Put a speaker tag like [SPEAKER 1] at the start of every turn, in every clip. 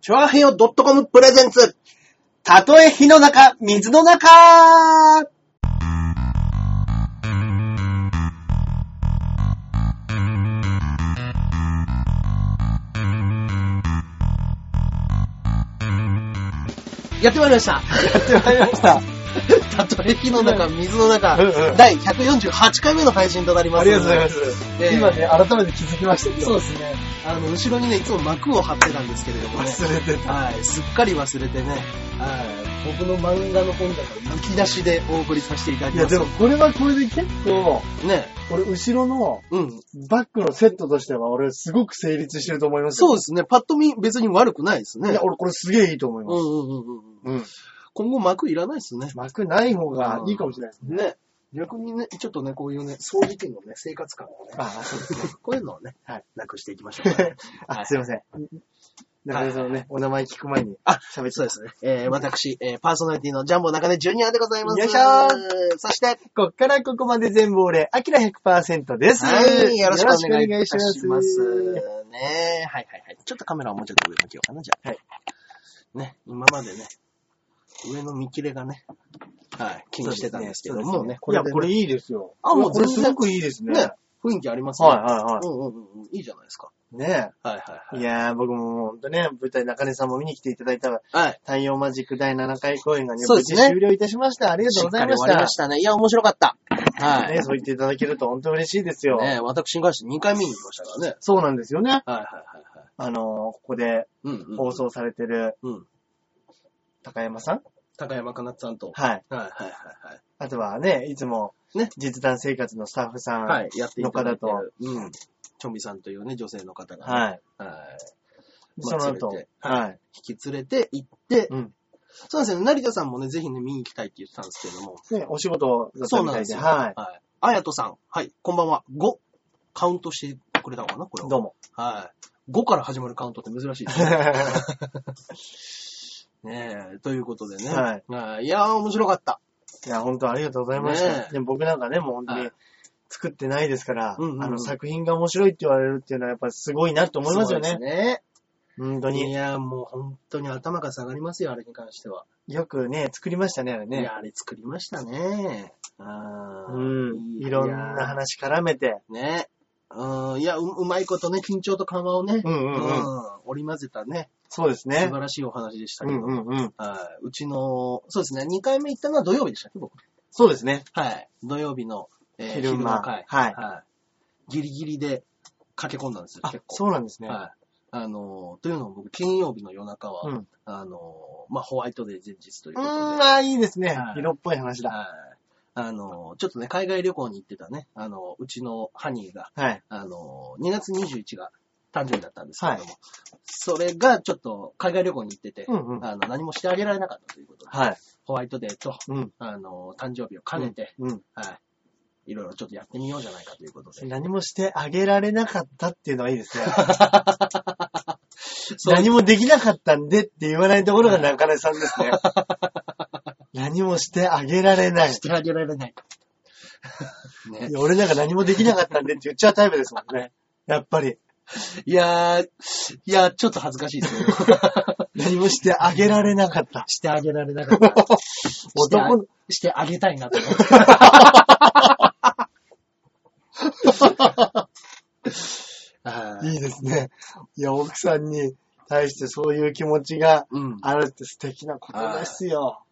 [SPEAKER 1] チョアヘヨ .com プレゼンツ。たとえ火の中、水の中
[SPEAKER 2] やってまいりま した。
[SPEAKER 1] やってまいりました。たとえ火の中、水の中
[SPEAKER 3] うんうん、
[SPEAKER 1] 第148回目の配信となります。
[SPEAKER 3] ありがとうございます。
[SPEAKER 1] ええ
[SPEAKER 3] 今ね、改めて気づきましたけ
[SPEAKER 2] そ
[SPEAKER 3] ど、
[SPEAKER 2] うですね。
[SPEAKER 1] あの、後ろにね、いつも幕を張ってたんですけれどもね。
[SPEAKER 3] 忘れてた。
[SPEAKER 1] はい、すっかり忘れてね、はい、僕の漫画の本だから抜き出しでお送りさせていただき
[SPEAKER 3] いや、
[SPEAKER 1] ます。
[SPEAKER 3] でもこれはこれで結構、
[SPEAKER 1] ね、
[SPEAKER 3] 俺、後ろの
[SPEAKER 1] うん。
[SPEAKER 3] バックのセットとしては、俺、すごく成立してると思います
[SPEAKER 1] そう
[SPEAKER 3] よ。
[SPEAKER 1] ですね、パッと見別に悪くないですね。
[SPEAKER 3] いや、俺、これすげえいいと思い
[SPEAKER 1] うん
[SPEAKER 3] ま
[SPEAKER 1] う
[SPEAKER 3] す。
[SPEAKER 1] んうんうん。
[SPEAKER 3] うん。
[SPEAKER 1] 今後幕いらないですね。
[SPEAKER 3] 幕ない方がいいかもしれないですね。
[SPEAKER 1] ね。逆にね、ちょっとね、こういうね、総理権のね、生活感をね、
[SPEAKER 3] ああ、そうですね。
[SPEAKER 1] こういうのをね、
[SPEAKER 3] はい
[SPEAKER 1] なくしていきましょう、ね。
[SPEAKER 3] あ、すいません。中根さんのね、お名前聞く前に、
[SPEAKER 1] あ、
[SPEAKER 3] 喋って
[SPEAKER 1] そうですね。えー、私、えー、パーソナリティのジャンボ中根ジュニアでございます。
[SPEAKER 3] よいしょー
[SPEAKER 1] そして、
[SPEAKER 3] こっからここまで全部俺、アキラ100%です。
[SPEAKER 1] はい、よろしくお願いいた
[SPEAKER 3] よろ
[SPEAKER 1] し
[SPEAKER 3] くお願いし
[SPEAKER 1] ま。
[SPEAKER 3] ま
[SPEAKER 1] ね
[SPEAKER 3] すす。
[SPEAKER 1] え、はいはいはい。ちょっとカメラをもうちょっと上向きようかな、じゃあ。
[SPEAKER 3] はい。
[SPEAKER 1] ね、今までね、上の見切れがね、はい、気にしてたんですけど、もうね、
[SPEAKER 3] いや、
[SPEAKER 1] でね
[SPEAKER 3] これいいですよ。
[SPEAKER 1] あもう
[SPEAKER 3] これ
[SPEAKER 1] 全
[SPEAKER 3] す
[SPEAKER 1] 然
[SPEAKER 3] ごくいいですね。
[SPEAKER 1] ね、雰囲気ありますね。
[SPEAKER 3] はいは
[SPEAKER 1] うんうんうんうん、いいじゃないですか。
[SPEAKER 3] いはい。ね
[SPEAKER 1] はいはい
[SPEAKER 3] い
[SPEAKER 1] はい。
[SPEAKER 3] やー、僕ももうほんとね、舞台中根さんも見に来ていただいた
[SPEAKER 1] はい。
[SPEAKER 3] 太陽マジック第7回公演がね、
[SPEAKER 1] そう
[SPEAKER 3] 無
[SPEAKER 1] です
[SPEAKER 3] 事
[SPEAKER 1] ね
[SPEAKER 3] 終了いたしました。ありがと
[SPEAKER 1] しっ
[SPEAKER 3] うござ
[SPEAKER 1] か
[SPEAKER 3] い
[SPEAKER 1] り
[SPEAKER 3] ま
[SPEAKER 1] 終わ
[SPEAKER 3] し
[SPEAKER 1] りま
[SPEAKER 3] た。
[SPEAKER 1] したね。いや、面白かった。はい。
[SPEAKER 3] ね、そう言っていただけると本当嬉しいですよ。
[SPEAKER 1] ね私に関して2回見に行きましたからね。
[SPEAKER 3] そうなんですよね。
[SPEAKER 1] はいはいはい。
[SPEAKER 3] あのー、ここで
[SPEAKER 1] うん、うん。
[SPEAKER 3] 放送されてる
[SPEAKER 1] うん。
[SPEAKER 3] 高山さん、
[SPEAKER 1] 高山かなつさんと。はいは
[SPEAKER 3] はい。
[SPEAKER 1] いはいはい。
[SPEAKER 3] あとはね、いつも、
[SPEAKER 1] ね
[SPEAKER 3] 実弾生活のスタッフさん、
[SPEAKER 1] はい、やっていただいて
[SPEAKER 3] の方
[SPEAKER 1] る。うん。チョンビさんというね、女性の方が、ね。
[SPEAKER 3] は
[SPEAKER 1] は
[SPEAKER 3] い。
[SPEAKER 1] い。
[SPEAKER 3] その
[SPEAKER 1] ま
[SPEAKER 3] 後
[SPEAKER 1] あ連れて、
[SPEAKER 3] はい。
[SPEAKER 1] 引き連れて行って、
[SPEAKER 3] うん
[SPEAKER 1] そうなんですよね。成田さんもね、ぜひね、見に行きたいって言ってたんですけれども。
[SPEAKER 3] ね、お仕事だっ
[SPEAKER 1] そ
[SPEAKER 3] た
[SPEAKER 1] う
[SPEAKER 3] み
[SPEAKER 1] なんで
[SPEAKER 3] たい
[SPEAKER 1] す
[SPEAKER 3] で、
[SPEAKER 1] よ。
[SPEAKER 3] はい。
[SPEAKER 1] い。あやとさん。はい。こんばんは。5。カウントしてくれたのかなこれは。
[SPEAKER 3] どうも。
[SPEAKER 1] はい。5から始まるカウントって珍しい ですね。ねえ。ということでね。
[SPEAKER 3] はい
[SPEAKER 1] い。いやー、面白かった。
[SPEAKER 3] いや、本当ありがとうございました。
[SPEAKER 1] ねえ
[SPEAKER 3] でも僕なんかね、もう本当
[SPEAKER 1] は
[SPEAKER 3] に
[SPEAKER 1] い
[SPEAKER 3] 作ってないですから、
[SPEAKER 1] うんうんうん
[SPEAKER 3] あの作品が面白いって言われるっていうのはやっぱすごいなと思いますよね。
[SPEAKER 1] そうですね。
[SPEAKER 3] 本当
[SPEAKER 1] い
[SPEAKER 3] に。
[SPEAKER 1] やー、もう本当に頭が下がりますよ、あれに関しては。
[SPEAKER 3] よくね、作りましたね、あれ
[SPEAKER 1] い
[SPEAKER 3] ね
[SPEAKER 1] や、。あれ作りましたね。あー
[SPEAKER 3] うん。いろんな。話絡めて。
[SPEAKER 1] いやね。うん、いやう、うまいことね、緊張と緩和をね、
[SPEAKER 3] うんう
[SPEAKER 1] うん
[SPEAKER 3] うん。
[SPEAKER 1] 織り交ぜたね、
[SPEAKER 3] そうです
[SPEAKER 1] 素
[SPEAKER 3] ね
[SPEAKER 1] 晴。らしいお話でした
[SPEAKER 3] う
[SPEAKER 1] けど、
[SPEAKER 3] んうんうん。
[SPEAKER 1] はいうちの、そうですね、2回目行ったのは土曜日でしたっけ、僕。
[SPEAKER 3] そうですね。
[SPEAKER 1] はい。土曜日の、えー
[SPEAKER 3] 昼間
[SPEAKER 1] の会、
[SPEAKER 3] はい
[SPEAKER 1] はい。ギリギリで駆け込んだんですよ、
[SPEAKER 3] あ
[SPEAKER 1] 結、構。
[SPEAKER 3] そうなんですね。
[SPEAKER 1] はい。あのー、というのも僕、金曜日の夜中は、
[SPEAKER 3] うん
[SPEAKER 1] あのー、まあ、ホワイトデー前日という
[SPEAKER 3] う
[SPEAKER 1] こ
[SPEAKER 3] ん、
[SPEAKER 1] とで、
[SPEAKER 3] あーいいですね
[SPEAKER 1] は。い
[SPEAKER 3] 色っぽい話だ。
[SPEAKER 1] はい。あの、ちょっとね、海外旅行に行ってたね、あの、うちのハニーが、
[SPEAKER 3] はい。
[SPEAKER 1] あの、2月21日が誕生日だったんですけれども、それがちょっと海外旅行に行ってて、
[SPEAKER 3] うんうん。
[SPEAKER 1] あの、何もしてあげられなかったということで、
[SPEAKER 3] はい。
[SPEAKER 1] ホワイトデーと、
[SPEAKER 3] うん。
[SPEAKER 1] あの、誕生日を兼ねて、
[SPEAKER 3] うん。
[SPEAKER 1] はい。いろいろちょっとやってみようじゃないかということで。
[SPEAKER 3] 何もしてあげられなかったっていうのはいいですね。
[SPEAKER 1] そう
[SPEAKER 3] 何もできなかったんでって言わないところが中根さんですね。何もしてあげられない。
[SPEAKER 1] してあげられ ない。ね
[SPEAKER 3] い、や俺なんか何もできなかったんでって言っちゃうタイプですもんね。やっぱり。
[SPEAKER 1] いやー、いやー、ちょっと恥ずかしいですけど
[SPEAKER 3] 何もしてあげられなかった。
[SPEAKER 1] してあげられなか った。してあ
[SPEAKER 3] 男の、
[SPEAKER 1] してあげたいな と思って。はい
[SPEAKER 3] いいですね。いや、奥さんに対してそういう気持ちが
[SPEAKER 1] うん。
[SPEAKER 3] あるって素敵なことですよ。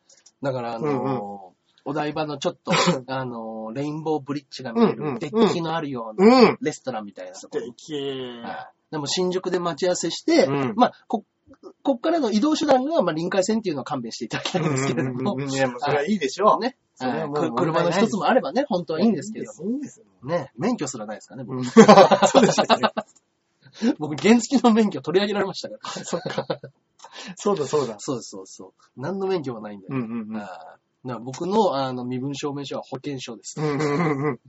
[SPEAKER 1] だから、あのー
[SPEAKER 3] うんうん
[SPEAKER 1] お台場のちょ っと、あのーレインボーブリッジが見え
[SPEAKER 3] うんうん
[SPEAKER 1] る、デッキのあるような
[SPEAKER 3] うん。
[SPEAKER 1] レストランみたいなと
[SPEAKER 3] 素
[SPEAKER 1] ころ。
[SPEAKER 3] 敵。
[SPEAKER 1] はいでも新宿で待ち合わせして、
[SPEAKER 3] うん
[SPEAKER 1] まあ、こ、こっからの移動手段が、まあ、臨海線っていうのは勘弁していただきたいんですけれども、
[SPEAKER 3] うんうんうんうんいや、もうそれはいいでしょう。
[SPEAKER 1] ね、
[SPEAKER 3] それはもう
[SPEAKER 1] はいく車の一つもあればね、本当はいいんですけれども、
[SPEAKER 3] いいんです。いいんです
[SPEAKER 1] ね、免許すらないですかね、僕
[SPEAKER 3] うん そうでしたね。
[SPEAKER 1] 僕、原付の免許取り上げられました から。そっか。
[SPEAKER 3] そうだそうだ。
[SPEAKER 1] そうですそうそう。何の免許もないんだよ。
[SPEAKER 3] うんうんうん。
[SPEAKER 1] あーな僕のあの身分証明書は保険証です。
[SPEAKER 3] うんうんうんうん。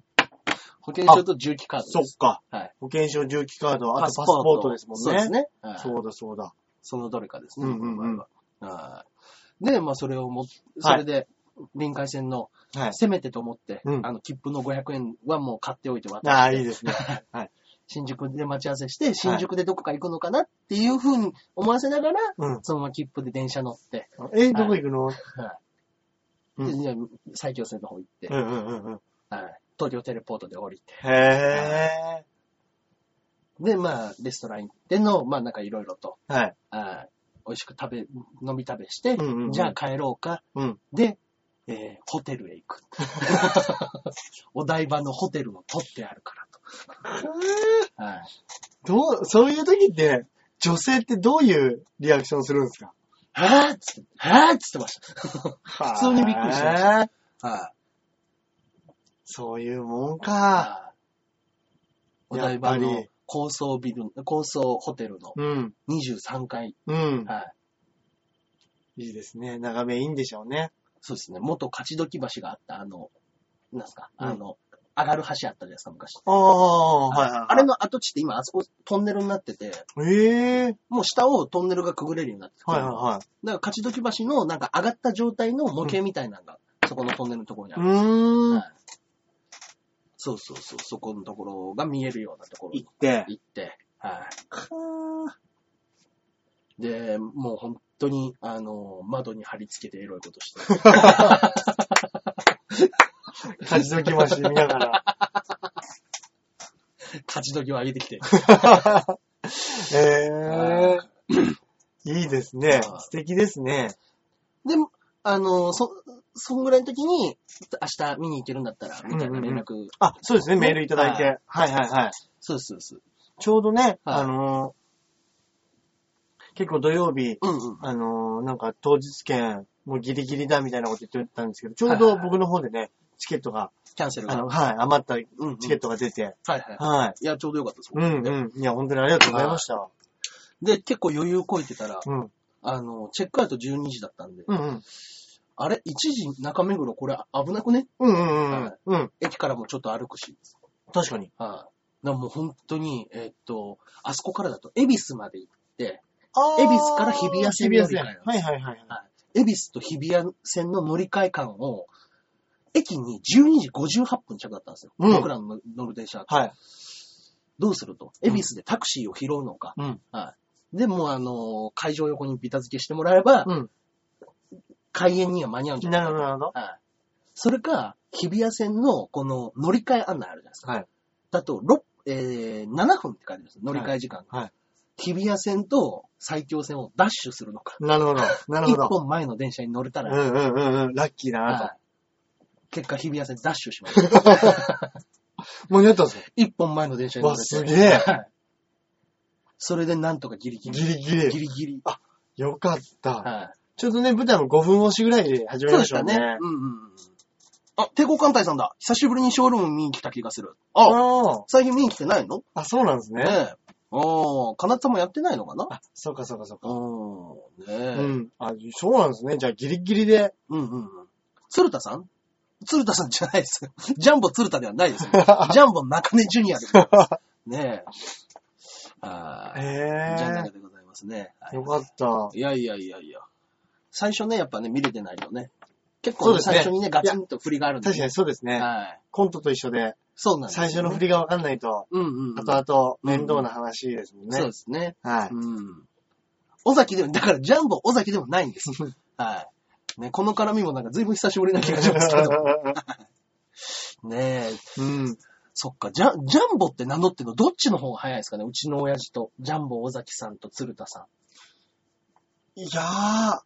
[SPEAKER 1] 保険証と重機カード
[SPEAKER 3] そ
[SPEAKER 1] で
[SPEAKER 3] っ
[SPEAKER 1] す。
[SPEAKER 3] か。
[SPEAKER 1] はい。
[SPEAKER 3] 保険証、重機カード、あとパスポートですもんね。
[SPEAKER 1] そうです。ね。はい
[SPEAKER 3] そうだそうだ。
[SPEAKER 1] そのどれかですね、
[SPEAKER 3] うんうんうん
[SPEAKER 1] 僕の場合は。はいで、まあ、それをも、それで、臨海線の、
[SPEAKER 3] はい。
[SPEAKER 1] せめてと思って、
[SPEAKER 3] うん
[SPEAKER 1] あの、切符の500円はもう買っておいて渡
[SPEAKER 3] ああ、
[SPEAKER 1] し
[SPEAKER 3] いい
[SPEAKER 1] て、
[SPEAKER 3] ですね。はい。
[SPEAKER 1] 新宿で待ち合わせして、新宿でどこか行くのかなっていう風に思わせながら、
[SPEAKER 3] うん。
[SPEAKER 1] そのまま切符で電車乗って、
[SPEAKER 3] え、どこ行くの
[SPEAKER 1] はい。
[SPEAKER 3] うん
[SPEAKER 1] でじゃあ埼京線の方行って、
[SPEAKER 3] うんうんうんうん。
[SPEAKER 1] はい。東京テレポートで降りて、
[SPEAKER 3] へ
[SPEAKER 1] で、まあ、レストラン行っての、まあ、なんかいろいろと、
[SPEAKER 3] ぇー。はい。
[SPEAKER 1] はい。美味しく食べ、飲み食べして、
[SPEAKER 3] うんうんうん
[SPEAKER 1] じゃあ帰ろうか。
[SPEAKER 3] うん。
[SPEAKER 1] で、えーホテルへ行 く。お台場のホテルを取ってあるからと。はい。
[SPEAKER 3] どう、そういう時って、女性ってどういうリアクションするんですか
[SPEAKER 1] はぁっつって、はぁっつってました。
[SPEAKER 3] 普。
[SPEAKER 1] 通にびっくりしましたはい。
[SPEAKER 3] そういうもんか。
[SPEAKER 1] お台場
[SPEAKER 3] やっぱ
[SPEAKER 1] の
[SPEAKER 3] り
[SPEAKER 1] 高層ビル、高層ホテルの
[SPEAKER 3] うん。
[SPEAKER 1] 23階。
[SPEAKER 3] うん。
[SPEAKER 1] はい。
[SPEAKER 3] いいですね。眺めいいんでしょうね。
[SPEAKER 1] そうですね。元勝どき橋があった、あの、なんすか、
[SPEAKER 3] うん
[SPEAKER 1] あの、上がる橋あったじゃないですか、昔。
[SPEAKER 3] ああ、はいはい。
[SPEAKER 1] あれの跡地って今あそこトンネルになってて、
[SPEAKER 3] ええ
[SPEAKER 1] もう下をトンネルがくぐれるようになってて、
[SPEAKER 3] はいは
[SPEAKER 1] だから勝どき橋のなんか上がった状態の模型みたいなのが、そこのトンネルのところにあ
[SPEAKER 3] いはい。
[SPEAKER 1] る。
[SPEAKER 3] うーん
[SPEAKER 1] は。いそうそうそう、そこのところが見えるようなところに
[SPEAKER 3] 行って。
[SPEAKER 1] 行って、はい。
[SPEAKER 3] か
[SPEAKER 1] で、もう本当に、あの、窓に貼り付けてエロいことして。
[SPEAKER 3] ー。勝ちどきまし見なが ら。
[SPEAKER 1] 勝ち時を上げて きて。
[SPEAKER 3] ええー。いいですね。
[SPEAKER 1] はい
[SPEAKER 3] 素敵ですね。
[SPEAKER 1] で、あの、そ、そんぐらいの時に、明日見に行けるんだったら、みたいな連絡。
[SPEAKER 3] あ、そうですね。メールいただいて。
[SPEAKER 1] は
[SPEAKER 3] はいはいはい。
[SPEAKER 1] そうです、そうです。
[SPEAKER 3] ちょうどね、
[SPEAKER 1] はい
[SPEAKER 3] あのー結構土曜日、
[SPEAKER 1] うんうん。
[SPEAKER 3] あのーなんか当日券、もうギリギリだみたいなこと言ってたんですけど、ちょう
[SPEAKER 1] はい
[SPEAKER 3] ど
[SPEAKER 1] はい
[SPEAKER 3] 僕の方でね、チケットが、
[SPEAKER 1] キャンセル
[SPEAKER 3] あ
[SPEAKER 1] が。
[SPEAKER 3] の、はい、余った
[SPEAKER 1] うん、うん。
[SPEAKER 3] チケットが出て、
[SPEAKER 1] はいはい。
[SPEAKER 3] はい。
[SPEAKER 1] いや、ちょうどよかったです。
[SPEAKER 3] うんうん。いや、本当にありがとうございました。
[SPEAKER 1] で、結構余裕こいてたら、
[SPEAKER 3] うん。
[SPEAKER 1] あの、チェックアウト12時だったんで、
[SPEAKER 3] うんうん。
[SPEAKER 1] あれ ?1 時中目黒これ危なくね
[SPEAKER 3] うんうんうん
[SPEAKER 1] はい。
[SPEAKER 3] うん。
[SPEAKER 1] 駅からもちょっと歩くし。
[SPEAKER 3] 確かに。
[SPEAKER 1] はい。だからもう本当に、えっと、あそこからだと、恵比寿まで行って、
[SPEAKER 3] あ
[SPEAKER 1] ー恵比寿から日比谷線
[SPEAKER 3] 日
[SPEAKER 1] 乗り換え
[SPEAKER 3] 比谷線。はいはいはい。
[SPEAKER 1] 恵比寿と日比谷線の乗り換え間を、駅に12時58分着だったんですよ。
[SPEAKER 3] うん
[SPEAKER 1] 僕らの乗る電車。
[SPEAKER 3] はい。
[SPEAKER 1] どうすると恵比寿でタクシーを拾うのか。
[SPEAKER 3] うん。
[SPEAKER 1] はい。で、もうあの、会場横にビタ付けしてもらえば、
[SPEAKER 3] うん。
[SPEAKER 1] 開園には間に合うんじゃない
[SPEAKER 3] なるほどなるほど。
[SPEAKER 1] はい。それか、日比谷線のこの乗り換え案内あるじゃないですか。
[SPEAKER 3] はい。
[SPEAKER 1] だと、6、えー、7分って書いてます。乗り換え時間が。
[SPEAKER 3] はいはい
[SPEAKER 1] 日比谷線と埼京線をダッシュするのか。
[SPEAKER 3] なるほど。なる
[SPEAKER 1] 一
[SPEAKER 3] ほど。
[SPEAKER 1] 本前の電車に乗れた
[SPEAKER 3] う
[SPEAKER 1] ら、
[SPEAKER 3] んうんうんうん。ラッキーだな
[SPEAKER 1] はい結果、日比谷線ダッシュしました。
[SPEAKER 3] と。もうやったんですよ。
[SPEAKER 1] 一本前の電車に乗れて。
[SPEAKER 3] わすげえ
[SPEAKER 1] はいそれでなんとかギリギリ。
[SPEAKER 3] ギリギ
[SPEAKER 1] ギ
[SPEAKER 3] リ。
[SPEAKER 1] リギリ。
[SPEAKER 3] よかった。
[SPEAKER 1] は
[SPEAKER 3] ちょうどね、舞台も5分押しぐらいで始
[SPEAKER 1] い。そう
[SPEAKER 3] めま
[SPEAKER 1] で
[SPEAKER 3] し
[SPEAKER 1] したた
[SPEAKER 3] ね。
[SPEAKER 1] ね。うんうんうん。あ、帝国艦隊さんだ。久しぶりにショールーム見に来た気がする。あ、
[SPEAKER 3] ああ。
[SPEAKER 1] 最近見に来てないの
[SPEAKER 3] あ、そうなんですね。
[SPEAKER 1] ねえ。おー、かなたもやってないのかな
[SPEAKER 3] あ、そうかそうかそうか。
[SPEAKER 1] おー、ね
[SPEAKER 3] う
[SPEAKER 1] え。
[SPEAKER 3] ん。あ、そうなんですね。じゃあギリギリで。
[SPEAKER 1] うんうんうん。鶴田さん鶴田さんじゃないです よ。ジャンボ鶴田ではない ですよ。ジャンボ中根ジュニアでございます。ねえ。あ
[SPEAKER 3] へ
[SPEAKER 1] ー、ジャン
[SPEAKER 3] え
[SPEAKER 1] 中。でございますね。はい
[SPEAKER 3] よかった。
[SPEAKER 1] いやいやいやいや。最初ね、やっぱね、見れてないとね。結
[SPEAKER 3] そう
[SPEAKER 1] 構、
[SPEAKER 3] で
[SPEAKER 1] ね、
[SPEAKER 3] すね
[SPEAKER 1] 最初にね、ガチンと振りがあるんで。
[SPEAKER 3] 確かにそうですね。
[SPEAKER 1] はい。
[SPEAKER 3] コントと一緒で、
[SPEAKER 1] そうなんですよ
[SPEAKER 3] 最初の振りがわかんないと、
[SPEAKER 1] うんうんうん。
[SPEAKER 3] 後々面倒な話ですもん
[SPEAKER 1] そう
[SPEAKER 3] ね
[SPEAKER 1] で。すね。
[SPEAKER 3] はい。
[SPEAKER 1] うん。尾崎でも、だからジャンボ尾崎でもないんです。はい。ね、この絡みもなんか随分久しぶりな気がしますけ ど。ねえ、
[SPEAKER 3] うん。
[SPEAKER 1] そっか、ジャン、ジャンボって名乗ってんのどっちの方が早いですかねうちの親父と、ジャンボ尾崎さんと鶴田さ
[SPEAKER 3] いやー、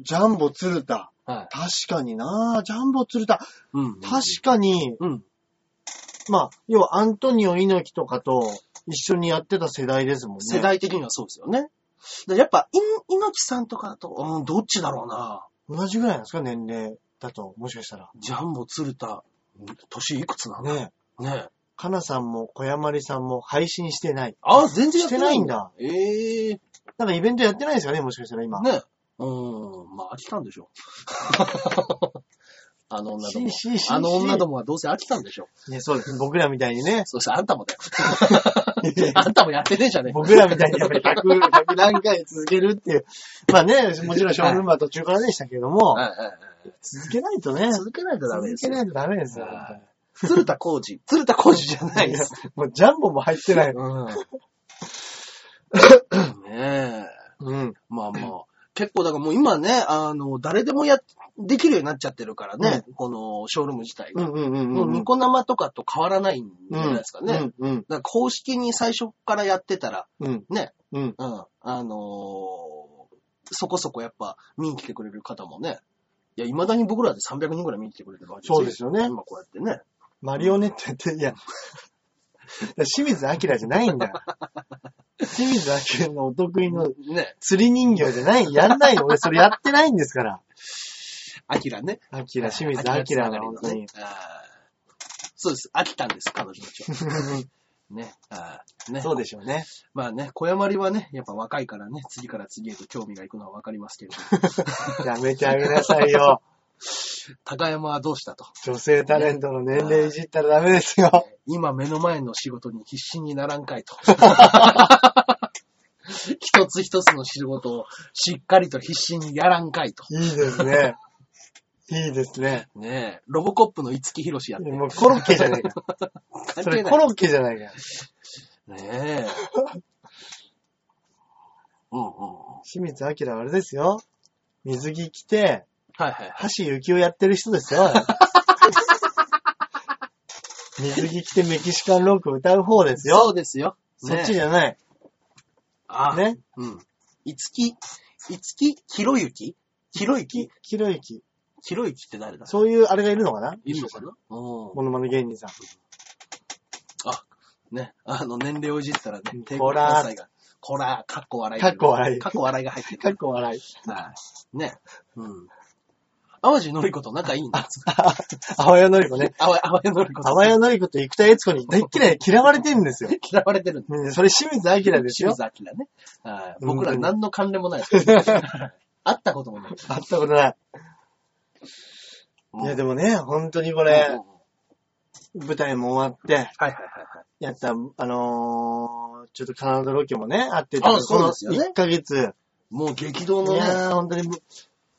[SPEAKER 3] ジャンボ鶴田。
[SPEAKER 1] ん。はい。
[SPEAKER 3] 確かになジャンボ鶴田。
[SPEAKER 1] うんうんうん、
[SPEAKER 3] 確かに、
[SPEAKER 1] うん。
[SPEAKER 3] まあ、要はアントニオ猪木とかと一緒にやってた世代ですもんね。
[SPEAKER 1] 世代的にはそうですよね。でやっぱ、い、猪木さんとかだと、うん、どっちだろうな。
[SPEAKER 3] 同じぐらいなんですか、年齢だと。もしかしたら。
[SPEAKER 1] ジャンボ鶴田、年いくつなのね
[SPEAKER 3] ねえ。
[SPEAKER 1] ね
[SPEAKER 3] かなさんも小山里さんも配信してない。
[SPEAKER 1] あ、全然やってない
[SPEAKER 3] してないんだ。
[SPEAKER 1] ええ
[SPEAKER 3] なんかイベントやってないですかね、もしかしたら今。
[SPEAKER 1] ね。うーん。まあ、飽きたんでしょう。 あの女ども。
[SPEAKER 3] ししし
[SPEAKER 1] あの女どもはどうせ飽きたんでしょう。
[SPEAKER 3] ね、そうです。僕らみたい にね。
[SPEAKER 1] そしてあんたもだよ。 あんたもやってねえじゃねえか。
[SPEAKER 3] 僕らみたいにやっぱり100、100何回続けるっていう。まあね、もちろんショールームは途中からでしたけども、
[SPEAKER 1] はいはいはい
[SPEAKER 3] 続けないとね、
[SPEAKER 1] 続けないとダメ
[SPEAKER 3] 続
[SPEAKER 1] です
[SPEAKER 3] け
[SPEAKER 1] よ。
[SPEAKER 3] ないとダメですよ。
[SPEAKER 1] はい鶴田浩二。鶴田浩二じゃないです。
[SPEAKER 3] もうジャンボも入ってない。
[SPEAKER 1] うん。ねえ。
[SPEAKER 3] うん。
[SPEAKER 1] まあまあ。結構だからもう今ね、あの、誰でもや、できるようになっちゃってるからね、このショールーム自体
[SPEAKER 3] う
[SPEAKER 1] が。
[SPEAKER 3] んうんうん
[SPEAKER 1] も
[SPEAKER 3] う。
[SPEAKER 1] うんニコ生とかと変わらないんじゃないですかね。だか
[SPEAKER 3] うん
[SPEAKER 1] ら公式に最初からやってたら、
[SPEAKER 3] うんうん。
[SPEAKER 1] ね、
[SPEAKER 3] うん。
[SPEAKER 1] うん、あのーそこそこやっぱ見に来てくれる方もね、いや、未だに僕らで300人ぐらい見に来てくれてるわけ
[SPEAKER 3] そうですよね。
[SPEAKER 1] 今こうやってね。
[SPEAKER 3] マリオネットって、いや、清水明じゃないんだよ。清水明のお得意の
[SPEAKER 1] ね、
[SPEAKER 3] 釣り人形じゃない、やんないよ。俺それやってないんですから。
[SPEAKER 1] アキラね。
[SPEAKER 3] 明、清水
[SPEAKER 1] アキ
[SPEAKER 3] 明
[SPEAKER 1] ラ
[SPEAKER 3] なの、本当に。。
[SPEAKER 1] あーそうです。飽きたんです、彼女たちは。 ね。あーね。
[SPEAKER 3] そうでしょうね。
[SPEAKER 1] まあね、小山里はね、やっぱ若いからね、次から次へと興味がいくのはわかりますけれども、
[SPEAKER 3] やめてあげなさい よ。
[SPEAKER 1] 高山はどうしたと。
[SPEAKER 3] 女性タレントの年齢いじったらダメですよ。
[SPEAKER 1] 今目の前の仕事に必死にならんかい と。一つ一つの仕事をしっかりと必死にやらんかいと。
[SPEAKER 3] いいですね。いいですね。
[SPEAKER 1] ねえ、ロボコップの五木ひろしやってる。
[SPEAKER 3] もうコロッケじゃないか。
[SPEAKER 1] 関
[SPEAKER 3] そ
[SPEAKER 1] 係
[SPEAKER 3] れ
[SPEAKER 1] な
[SPEAKER 3] コ
[SPEAKER 1] い。
[SPEAKER 3] ロッケじゃないか。
[SPEAKER 1] ねえ。うんうんうん。
[SPEAKER 3] 清水明はあれですよ。水着着て、
[SPEAKER 1] はいはい。
[SPEAKER 3] 橋幸夫やってる人ですよ。 水着着てメキシカンロック歌う方です
[SPEAKER 1] そ
[SPEAKER 3] よ。
[SPEAKER 1] うですよ。
[SPEAKER 3] そっ
[SPEAKER 1] ね
[SPEAKER 3] ちじゃない。
[SPEAKER 1] ああ。
[SPEAKER 3] ね。
[SPEAKER 1] うん。五木、五木ひろゆきひろゆき
[SPEAKER 3] ひろゆき。
[SPEAKER 1] ひろゆきって誰だ
[SPEAKER 3] そういうあれがいるのかない
[SPEAKER 1] るのかなうん。
[SPEAKER 3] モノマネ芸人さん。
[SPEAKER 1] ね、あの、年齢をいじったらね、帝
[SPEAKER 3] こ
[SPEAKER 1] 国
[SPEAKER 3] らー
[SPEAKER 1] 関西が、こらー、かっこ笑いが。
[SPEAKER 3] かっこ笑い
[SPEAKER 1] かっこ笑いが入って
[SPEAKER 3] か
[SPEAKER 1] る。
[SPEAKER 3] っこ 笑い。
[SPEAKER 1] はい。ね。うん。淡路のり子と仲いいんだ。
[SPEAKER 3] あわやの りこね。
[SPEAKER 1] あわ、あわやのり子
[SPEAKER 3] あわやのりこと生田悦子に大っ嫌い嫌われてるんですよ。
[SPEAKER 1] 嫌われてるんだ。
[SPEAKER 3] うんそれ清水明です
[SPEAKER 1] 清
[SPEAKER 3] よ。
[SPEAKER 1] 水明ね。はい。
[SPEAKER 3] うん
[SPEAKER 1] 僕ら何の関連 もないですから。会ったこともない。
[SPEAKER 3] 会ったことない。いや、でもね、本当にこれ
[SPEAKER 1] うん、
[SPEAKER 3] 舞台も終わって、
[SPEAKER 1] はいはいはいはい。
[SPEAKER 3] やった、あのー、ちょっとカナダロケもね、あって
[SPEAKER 1] あそうですよね
[SPEAKER 3] この1ヶ月。
[SPEAKER 1] もう激動
[SPEAKER 3] い
[SPEAKER 1] のね。
[SPEAKER 3] やー、本当に、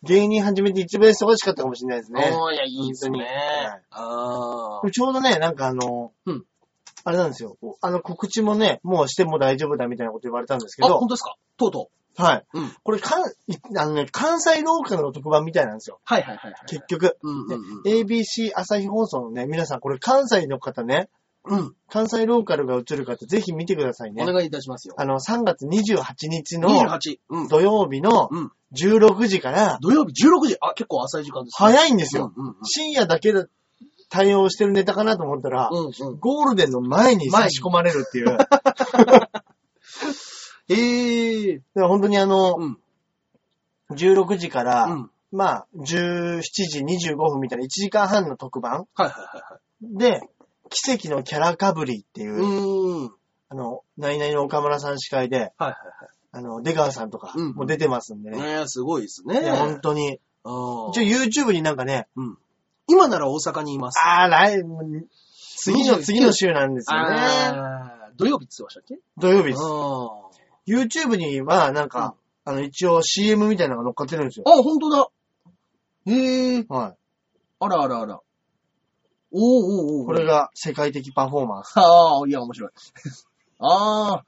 [SPEAKER 3] 芸人始めて一番忙しかったかもしれないですね。
[SPEAKER 1] おーいや、いいですね
[SPEAKER 3] 本当にはい。
[SPEAKER 1] あ
[SPEAKER 3] ちょうどね、なんかあの、
[SPEAKER 1] うん
[SPEAKER 3] あれなんですよ。こうあの、告知もね、もうしても大丈夫だみたいなこと言われたんですけ
[SPEAKER 1] ー。あ、本
[SPEAKER 3] ど、
[SPEAKER 1] 当ですかとうと
[SPEAKER 3] はい。
[SPEAKER 1] う。うん。
[SPEAKER 3] これ、かん、いあのね、関西ローカルの特番みたいなんですよ。
[SPEAKER 1] はいはいはいはい。
[SPEAKER 3] 結局。
[SPEAKER 1] うんうん
[SPEAKER 3] で ABC 朝日放送のね、皆さん、これ関西の方ね、
[SPEAKER 1] うん。うん。
[SPEAKER 3] 関西ローカルが映る方、ぜひ見てくださいね
[SPEAKER 1] お。願いいたしますよ。
[SPEAKER 3] あの、3月28日の
[SPEAKER 1] 28。うん。
[SPEAKER 3] 土曜日の
[SPEAKER 1] うん。
[SPEAKER 3] 16時から、
[SPEAKER 1] 土曜日16時。あ、結構浅い時間ですね。
[SPEAKER 3] 早いんですよ。
[SPEAKER 1] うんうん
[SPEAKER 3] 深夜だけで対応してるネタかなと思ったら、
[SPEAKER 1] うん。うんうん。
[SPEAKER 3] ゴールデンの前に差し込まれるっていう。 だか
[SPEAKER 1] ええ
[SPEAKER 3] ら本当にあの
[SPEAKER 1] う、ん。
[SPEAKER 3] 16時から、
[SPEAKER 1] うん。
[SPEAKER 3] まあ、17時25分みたいな1時間半の特
[SPEAKER 1] は
[SPEAKER 3] 番
[SPEAKER 1] いはいはいはい。
[SPEAKER 3] で、奇跡のキャラかぶりっていうう、
[SPEAKER 1] ーん。はい
[SPEAKER 3] あの、ナイナイの岡村さん司会で、
[SPEAKER 1] はいは
[SPEAKER 3] あの、出川さんとか
[SPEAKER 1] うん
[SPEAKER 3] も出てますんで
[SPEAKER 1] い。
[SPEAKER 3] ね。
[SPEAKER 1] ねえ、すごいですね。
[SPEAKER 3] いや、本当に。
[SPEAKER 1] あ
[SPEAKER 3] 一応
[SPEAKER 1] ー
[SPEAKER 3] YouTube になんかね、
[SPEAKER 1] うん。今なら大阪にいます。
[SPEAKER 3] あー、来、次の、次の週なんですよね。
[SPEAKER 1] あー土曜日って言ってましたっけ
[SPEAKER 3] 土曜日です。
[SPEAKER 1] あ
[SPEAKER 3] YouTube には、なんか、あの、一応 CM みたいなのが乗っかってるんですよ。
[SPEAKER 1] あ。あ、本当だ。ええ
[SPEAKER 3] は
[SPEAKER 1] あらあらあら。おーおーお
[SPEAKER 3] い。
[SPEAKER 1] ー
[SPEAKER 3] これが世界的パフォーマンス。
[SPEAKER 1] ああ、いや、面白い。 ああ。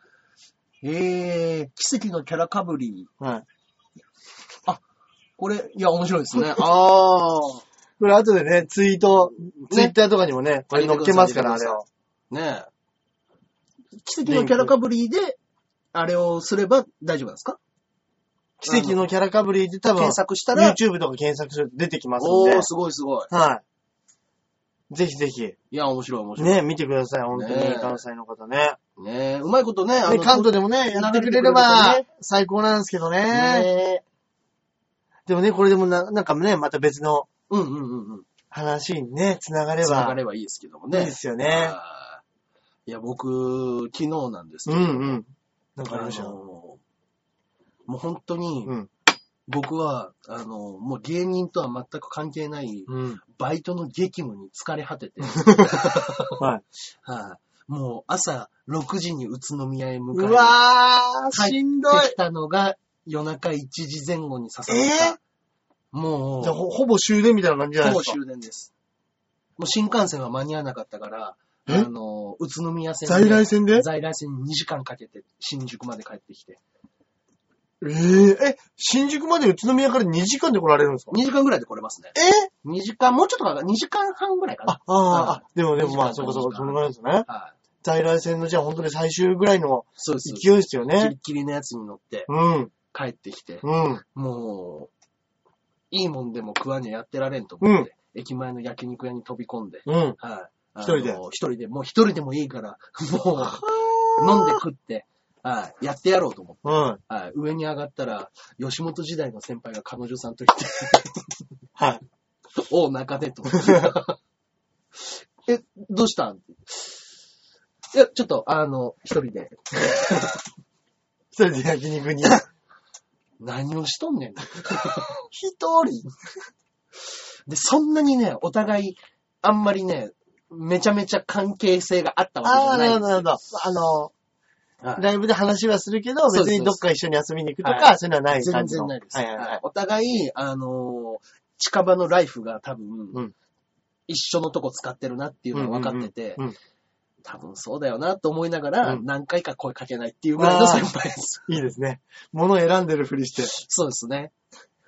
[SPEAKER 1] ええ奇跡のキャラかぶり。
[SPEAKER 3] はい。
[SPEAKER 1] これ、いや、面白いですね。ああ。
[SPEAKER 3] これ後でね、ツイート、ツイッターとかにもね、これ
[SPEAKER 1] 上げてく
[SPEAKER 3] 乗っ
[SPEAKER 1] ださ
[SPEAKER 3] け
[SPEAKER 1] い
[SPEAKER 3] ますから、
[SPEAKER 1] 上
[SPEAKER 3] あ
[SPEAKER 1] げてくだ
[SPEAKER 3] れ
[SPEAKER 1] ね
[SPEAKER 3] を。
[SPEAKER 1] え。奇跡のキャラかぶりで、あれをすれば大丈夫なんですか
[SPEAKER 3] 奇跡のキャラかぶりで多分
[SPEAKER 1] 検、索したら、
[SPEAKER 3] YouTube とか検索すると出てきますん
[SPEAKER 1] お
[SPEAKER 3] で
[SPEAKER 1] ー、。すごいすごい。
[SPEAKER 3] はい。ぜひぜひ、
[SPEAKER 1] いや、面白い面白い。
[SPEAKER 3] ね、見てください、本当
[SPEAKER 1] ね
[SPEAKER 3] に、関西の方ね。
[SPEAKER 1] ねえ、うまいことね、あ
[SPEAKER 3] ね
[SPEAKER 1] の、
[SPEAKER 3] 関東でもね、やってくれれ
[SPEAKER 1] 流れ
[SPEAKER 3] ば
[SPEAKER 1] てくれるとね、
[SPEAKER 3] 最高なんですけどね。
[SPEAKER 1] ねえ。
[SPEAKER 3] でもね、これでもな、なんかね、また別の
[SPEAKER 1] うんうんうんうん。
[SPEAKER 3] 話にね、繋がれ
[SPEAKER 1] つなが
[SPEAKER 3] ば、
[SPEAKER 1] ればいいですけども
[SPEAKER 3] い
[SPEAKER 1] ね。
[SPEAKER 3] いですよね。
[SPEAKER 1] あーいや、僕、昨日なんです
[SPEAKER 3] う
[SPEAKER 1] け
[SPEAKER 3] ん
[SPEAKER 1] ど、
[SPEAKER 3] うん。なんか
[SPEAKER 1] あの
[SPEAKER 3] ありました
[SPEAKER 1] ー
[SPEAKER 3] よ。
[SPEAKER 1] もう本当に、
[SPEAKER 3] うん。
[SPEAKER 1] 僕は、あのー、もう芸人とは全く関係ない、
[SPEAKER 3] うん。
[SPEAKER 1] バイトの激務に疲れ果 てて、
[SPEAKER 3] はい。
[SPEAKER 1] はいもう朝6時に宇都宮へ向か
[SPEAKER 3] う
[SPEAKER 1] い、
[SPEAKER 3] わー、
[SPEAKER 1] はい
[SPEAKER 3] しんどい。
[SPEAKER 1] ってきたのが夜中1時前後に刺さった。
[SPEAKER 3] え
[SPEAKER 1] もう、
[SPEAKER 3] じゃあほ、ほぼ終電みたいな感じじゃない
[SPEAKER 1] ほ
[SPEAKER 3] で
[SPEAKER 1] ぼ
[SPEAKER 3] すか。
[SPEAKER 1] 終電です。もう新幹線は間に合わなかったから、
[SPEAKER 3] え
[SPEAKER 1] あの、宇都宮線
[SPEAKER 3] 在来線で
[SPEAKER 1] 在来線に2時間かけて新宿まで帰ってきて。
[SPEAKER 3] えー、え、新宿まで宇都宮から2時間で来られるんですか
[SPEAKER 1] 2時間ぐらいで来れますね。
[SPEAKER 3] え
[SPEAKER 1] 2時間、もうちょっとかかる、2時間半ぐらいか
[SPEAKER 3] あ
[SPEAKER 1] な。、
[SPEAKER 3] ああ、でもでもま
[SPEAKER 1] 2
[SPEAKER 3] あ、
[SPEAKER 1] 時
[SPEAKER 3] そ
[SPEAKER 1] 間
[SPEAKER 3] うかそう
[SPEAKER 1] 2時間
[SPEAKER 3] か、そのぐらいですね。
[SPEAKER 1] はい。
[SPEAKER 3] 在来線のじゃあ本当に最終ぐらいの
[SPEAKER 1] そうです。
[SPEAKER 3] 勢いですよ
[SPEAKER 1] ギ
[SPEAKER 3] ね
[SPEAKER 1] リ。ギリのやつに乗って
[SPEAKER 3] うん、
[SPEAKER 1] 帰ってきて、
[SPEAKER 3] うん。
[SPEAKER 1] もう、いいもんでも食わにゃやってられんと思って、駅前の焼肉屋に飛び込んで、
[SPEAKER 3] うん。
[SPEAKER 1] はい。あの
[SPEAKER 3] 一人で
[SPEAKER 1] 一人で、もう一人でもいいから、 もう、飲んで食って、はい。やってやろうと思って。
[SPEAKER 3] うん。
[SPEAKER 1] はい。上に上がったら、吉本時代の先輩が彼女さんと来て、
[SPEAKER 3] はい。
[SPEAKER 1] おう、中でと 思って。え、どうしたんいや、ちょっと、あの、一人で、
[SPEAKER 3] 一人で焼肉 に。
[SPEAKER 1] 何をしとんねん。
[SPEAKER 3] 一人
[SPEAKER 1] で、そんなにね、お互い、あんまりね、めちゃめちゃ関係性があったわけじ
[SPEAKER 3] あ
[SPEAKER 1] ゃな
[SPEAKER 3] あ、ないる
[SPEAKER 1] ん
[SPEAKER 3] ほ
[SPEAKER 1] で
[SPEAKER 3] ど、
[SPEAKER 1] す
[SPEAKER 3] な
[SPEAKER 1] よ。
[SPEAKER 3] るほど。あの、
[SPEAKER 1] はい
[SPEAKER 3] ライブで話はするけど、
[SPEAKER 1] そうです
[SPEAKER 3] 別にどっか一緒に遊びに行くと
[SPEAKER 1] は
[SPEAKER 3] か、そういうのはない
[SPEAKER 1] 全
[SPEAKER 3] 感じの。
[SPEAKER 1] 然ないです。
[SPEAKER 3] はいはいはい。
[SPEAKER 1] お互い、あのー近場のライフが多分、
[SPEAKER 3] うん
[SPEAKER 1] 一緒のとこ使ってるなっていうのは分かってて、
[SPEAKER 3] うんうんうんうん
[SPEAKER 1] 多分そうだよなと思いながら、
[SPEAKER 3] うん
[SPEAKER 1] 何回か声かけないっていうぐらいの先輩です。
[SPEAKER 3] いいですね。物を選んでるふりして。
[SPEAKER 1] そうですね。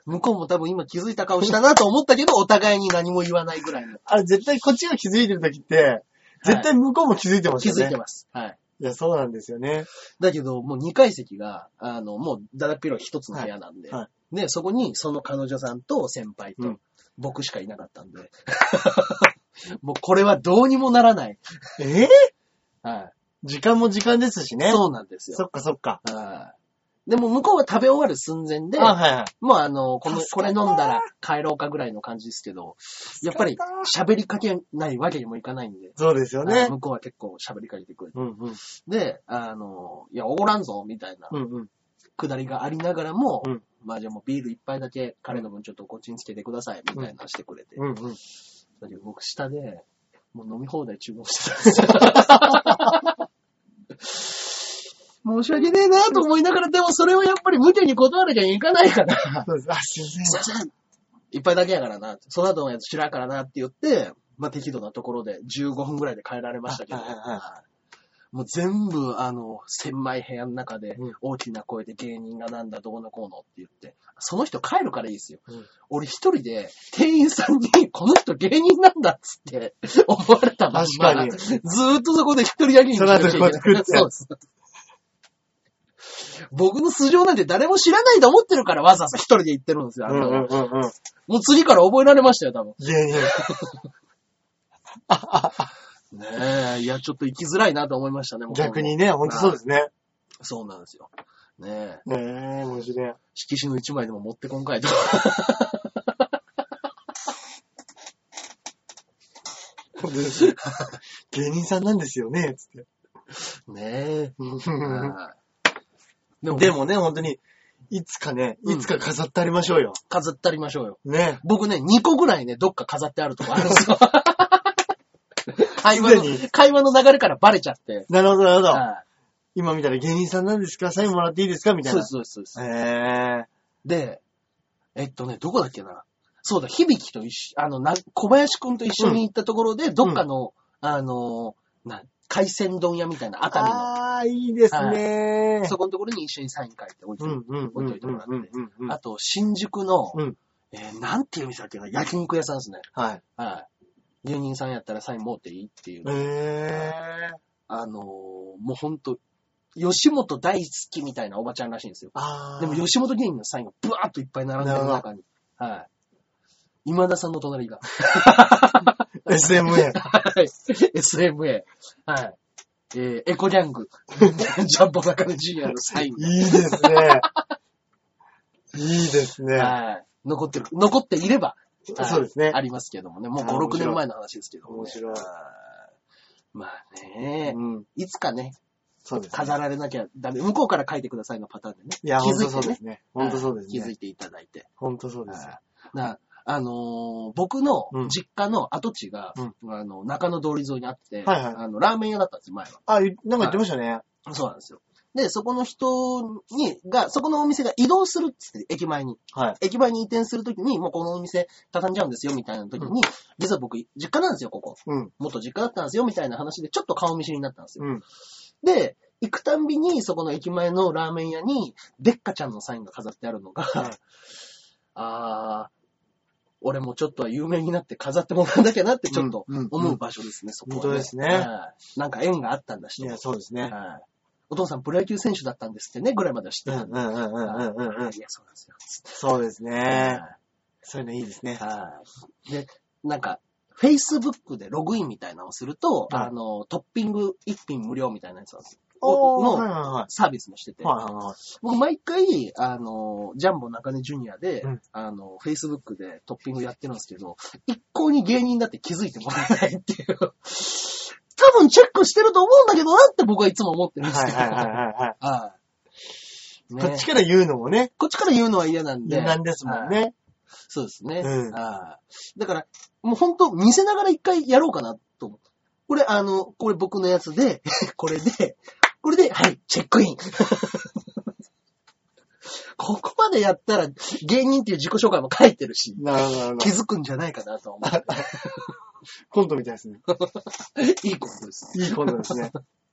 [SPEAKER 1] 向こうも多分今気づいた顔したなと思ったけど、お互いに何も言わないぐらいの。
[SPEAKER 3] あれ、絶対こっちが気づいてる時って、絶対向こうも気づいてます
[SPEAKER 1] 気
[SPEAKER 3] よね。
[SPEAKER 1] づいてます。はい。
[SPEAKER 3] いや、そうなんですよね。
[SPEAKER 1] だけど、もう2階席が、あの、もうだだっ広い一つの部屋なんで、
[SPEAKER 3] はいは
[SPEAKER 1] で、そこにその彼女さんと先輩
[SPEAKER 3] う
[SPEAKER 1] と
[SPEAKER 3] ん
[SPEAKER 1] 僕しかいなかったんで、 もうこれはどうにもならない。
[SPEAKER 3] えー
[SPEAKER 1] は
[SPEAKER 3] 時間も時間ですし
[SPEAKER 1] い。
[SPEAKER 3] ね。
[SPEAKER 1] そうなんです
[SPEAKER 3] そ
[SPEAKER 1] よ。
[SPEAKER 3] っかそっか。
[SPEAKER 1] はい。でも向こうは食べ終わる寸前で、
[SPEAKER 3] あ、はいはい。
[SPEAKER 1] もうあの、この、こ
[SPEAKER 3] 助
[SPEAKER 1] れ
[SPEAKER 3] かった
[SPEAKER 1] 飲んだら帰ろうかぐらいの感じですけど、やっぱり
[SPEAKER 3] 助かっ
[SPEAKER 1] 喋りかけないわけにもいかないんで、
[SPEAKER 3] そうですよ
[SPEAKER 1] はい
[SPEAKER 3] ね。
[SPEAKER 1] 向こうは結構喋りかけてくれて。
[SPEAKER 3] うんうん。
[SPEAKER 1] で、あの、いや、おごらんぞ、みたいな
[SPEAKER 3] うんうん。
[SPEAKER 1] くだりがありながらも、
[SPEAKER 3] うん
[SPEAKER 1] まあじゃあもうビール一杯だけ彼の分ちょっとこっちにつけてください、みたいなしてくれて。
[SPEAKER 3] うんうん。
[SPEAKER 1] だけど僕下で、もう飲み放題注文してたんですよ。 申し訳ねえなと思いながら、でもそれをやっぱり無理に断るわけにいかないから、
[SPEAKER 3] そうです。あ、すいます
[SPEAKER 1] い
[SPEAKER 3] せ
[SPEAKER 1] ません一杯だけやからな、その後のやつ知らんからなって言って、まあ適度なところで15分ぐらいで帰られましたけど
[SPEAKER 3] はいはいはい、
[SPEAKER 1] もう全部あの、狭い部屋の中で
[SPEAKER 3] うん
[SPEAKER 1] 大きな声で芸人がなんだどうのこうのって言って、その人帰るからいいですよ。
[SPEAKER 3] うん
[SPEAKER 1] 俺一人で店員さんにこの人芸人なんだっつって思われたまんま
[SPEAKER 3] 確かに
[SPEAKER 1] ずーっとそこで一人だけにしなきゃいけない
[SPEAKER 3] その後こうやって食って
[SPEAKER 1] そうです。僕の素性なんて誰も知らないと思ってるからわざわざ一人で行ってるんですよ。あ
[SPEAKER 3] ん。う
[SPEAKER 1] の
[SPEAKER 3] んうんうんうん。
[SPEAKER 1] もう次から覚えられましたよ、多分。
[SPEAKER 3] 芸人。
[SPEAKER 1] ねえ、いや、ちょっと行きづらいなと思いましたね、もう
[SPEAKER 3] 逆。にね、ほんとそうですね。
[SPEAKER 1] そうなんですよ。ねえ、
[SPEAKER 3] ねえ、面白い。
[SPEAKER 1] 色紙の一枚でも持ってこんかいと。
[SPEAKER 3] 本当です。 芸人さんなんですよね、つって。
[SPEAKER 1] ねえ。はいでも、
[SPEAKER 3] でもね、本当に、いつかね、いつか飾ってありましょうよ。
[SPEAKER 1] 飾ってありましょうよ。
[SPEAKER 3] ね。
[SPEAKER 1] 僕ね、2個ぐらいね、どっか飾ってあるとこあるんです よ。 会話
[SPEAKER 3] すで
[SPEAKER 1] の、会話の流れからバレちゃって。
[SPEAKER 3] なるほど、なるほど。
[SPEAKER 1] は
[SPEAKER 3] 今見たら芸人さんなんですかサインもらっていいですかみ
[SPEAKER 1] い
[SPEAKER 3] たい
[SPEAKER 1] そうで
[SPEAKER 3] な
[SPEAKER 1] す、。そうです、そうです。
[SPEAKER 3] へえ。
[SPEAKER 1] で、えっとね、どこだっけな。そうだ、響と一緒、あの、な小林くんと一緒に行ったところで、どっかの、あの、な、海鮮丼屋みたいな、熱海の、
[SPEAKER 3] ああ、いいですね。
[SPEAKER 1] そこのところに一緒にサイン書いて置いて
[SPEAKER 3] う
[SPEAKER 1] る、
[SPEAKER 3] んうんう
[SPEAKER 1] 置い
[SPEAKER 3] ん
[SPEAKER 1] うといても
[SPEAKER 3] ん
[SPEAKER 1] らって。
[SPEAKER 3] うんうんうん。
[SPEAKER 1] あと、新宿の、
[SPEAKER 3] うん
[SPEAKER 1] えーなんていう店だっけな、焼肉屋さんですね。
[SPEAKER 3] はい。
[SPEAKER 1] はい。芸人さんやったらサイン持っていいっていう。
[SPEAKER 3] へえ。
[SPEAKER 1] あのーもうほんと、吉本大好きみたいなおばちゃんらしいんですよ。
[SPEAKER 3] ああ。
[SPEAKER 1] でも吉本芸人のサインがブワーっといっぱい並んでる中に。はい。今田さんの隣が。
[SPEAKER 3] SMA。
[SPEAKER 1] はい。SMA。はい。えーエコギャ ング。ジャンボ中根ジュニアのサイン。
[SPEAKER 3] いいですね。いいですね。
[SPEAKER 1] はい。残ってる、残っていれば、はい
[SPEAKER 3] そうですね
[SPEAKER 1] あ。りますけどもね。もう
[SPEAKER 3] あー
[SPEAKER 1] 5、6
[SPEAKER 3] 面白い
[SPEAKER 1] 年前の話ですけども、ね。
[SPEAKER 3] 面白い
[SPEAKER 1] はい。まあね、
[SPEAKER 3] うん。
[SPEAKER 1] いつかね、
[SPEAKER 3] そうですね。
[SPEAKER 1] 飾られなきゃダメ。向こうから書いてくださいのパターンでね。
[SPEAKER 3] いや、
[SPEAKER 1] 気
[SPEAKER 3] ほん
[SPEAKER 1] づ
[SPEAKER 3] と
[SPEAKER 1] いて
[SPEAKER 3] そうですね。ほんとそうです
[SPEAKER 1] はい気づ
[SPEAKER 3] ね。
[SPEAKER 1] いていただいて。
[SPEAKER 3] ほんとそう
[SPEAKER 1] は
[SPEAKER 3] で
[SPEAKER 1] い
[SPEAKER 3] すよ。
[SPEAKER 1] なあのー僕の
[SPEAKER 3] うん
[SPEAKER 1] 実家の跡地が、あの中野通り沿いにあって、
[SPEAKER 3] はいはい
[SPEAKER 1] あのラーメン屋だったんですよ、前は。
[SPEAKER 3] あ、いなんか言ってましたね。
[SPEAKER 1] そうなんですよ。で、そこの人に、が、そこのお店が移動するっつって、駅前に。
[SPEAKER 3] はい。
[SPEAKER 1] 駅前に移転するときに、もうこのお店畳んじゃうんですよ、みたいなときに、
[SPEAKER 3] う
[SPEAKER 1] 実は僕、実家なんですよ、ここ。
[SPEAKER 3] うん。
[SPEAKER 1] 元実家だったんですよ、みたいな話で、ちょっと顔見知りになったんですよ。
[SPEAKER 3] うん。
[SPEAKER 1] で、行くたんびに、そこの駅前のラーメン屋に、でっかちゃんのサインが飾ってあるのが、
[SPEAKER 3] はい
[SPEAKER 1] あー、俺もちょっとは有名になって飾ってもらわなきゃなってちょっと
[SPEAKER 3] うんうん
[SPEAKER 1] 思う場所ですね、そこは、
[SPEAKER 3] 本当ですね
[SPEAKER 1] はいなんか縁があったんだし
[SPEAKER 3] いや、そうですね。
[SPEAKER 1] はいお父さんプロ野球選手だったんですってね、ぐらいまでは知っ
[SPEAKER 3] う
[SPEAKER 1] てた
[SPEAKER 3] んうんん
[SPEAKER 1] で。
[SPEAKER 3] うんうんうんうんうん
[SPEAKER 1] い。や、そうなんですよ。
[SPEAKER 3] そうですね。
[SPEAKER 1] は
[SPEAKER 3] そういうのいいです
[SPEAKER 1] い
[SPEAKER 3] ね。
[SPEAKER 1] はい。で、なんか、Facebook でログインみたいなのをすると、
[SPEAKER 3] はい
[SPEAKER 1] あの、トッピング一品無料みたいなやつなんですよ
[SPEAKER 3] おーはい
[SPEAKER 1] の
[SPEAKER 3] は
[SPEAKER 1] サービスもしてて
[SPEAKER 3] いはい。、はいはいはい。
[SPEAKER 1] 僕毎回、あの、ジャンボ中根ジュニアで、
[SPEAKER 3] うん
[SPEAKER 1] あの、Facebook でトッピングやってるんですけど、一向に芸人だって気づいてもらえないっていう。 多分チェックしてると思うんだけどなって僕はいつも思ってるんです
[SPEAKER 3] は
[SPEAKER 1] け
[SPEAKER 3] い
[SPEAKER 1] ど。
[SPEAKER 3] はいはいはい。
[SPEAKER 1] はい。ね
[SPEAKER 3] こっちから言うのもね、
[SPEAKER 1] こっちから言うのは嫌なんで。
[SPEAKER 3] なんですもん
[SPEAKER 1] はい。
[SPEAKER 3] ね。
[SPEAKER 1] そうですね。
[SPEAKER 3] うん
[SPEAKER 1] はいだから、もう本当見せながら一回やろうかなと思う。これ、あの、これ僕のやつで、 これで、これで、はい、チェックイン。 ここまでやったら、芸人っていう自己紹介も書いてるし、
[SPEAKER 3] なるほどなるほ
[SPEAKER 1] 気
[SPEAKER 3] ど。
[SPEAKER 1] づくんじゃないかなと思う。
[SPEAKER 3] コントみたいですね。
[SPEAKER 1] いいことです。
[SPEAKER 3] いいコントですね。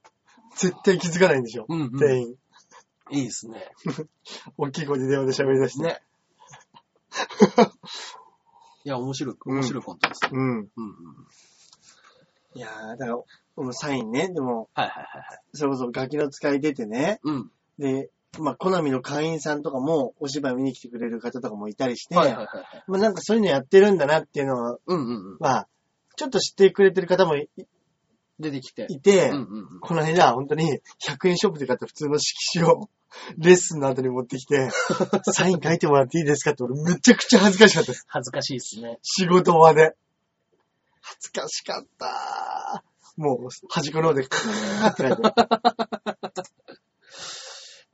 [SPEAKER 3] 絶対気づかないんでしょ。
[SPEAKER 1] うん、うん。
[SPEAKER 3] 店員。
[SPEAKER 1] いいですね。
[SPEAKER 3] 大きい声で電話で喋り出して。
[SPEAKER 1] ね。 いや、面白い、面白いコントです。
[SPEAKER 3] うん。
[SPEAKER 1] うん、うん。
[SPEAKER 3] いやー、だから、このサインね、でも、
[SPEAKER 1] はいはいはいはい。
[SPEAKER 3] それこそガキの使い出てね、
[SPEAKER 1] うん。
[SPEAKER 3] で、まあ、コナミの会員さんとかも、お芝居見に来てくれる方とかもいたりして、
[SPEAKER 1] はいはいはいはい。
[SPEAKER 3] まあ、なんかそういうのやってるんだなっていうのは、
[SPEAKER 1] うんうんうん。
[SPEAKER 3] まあ、ちょっと知ってくれてる方もい
[SPEAKER 1] 出てきて。
[SPEAKER 3] いて、
[SPEAKER 1] うんうんうん。
[SPEAKER 3] この間、本当に、100円ショップで買った普通の色紙を、レッスンの後に持ってき て、サイン書いてもらっていいですかって、俺めちゃくちゃ恥ずかしかったです。
[SPEAKER 1] 恥ずかしいですね。
[SPEAKER 3] 仕事場で。恥ずかしかったー。もう、端っこの方で、カーって書いて。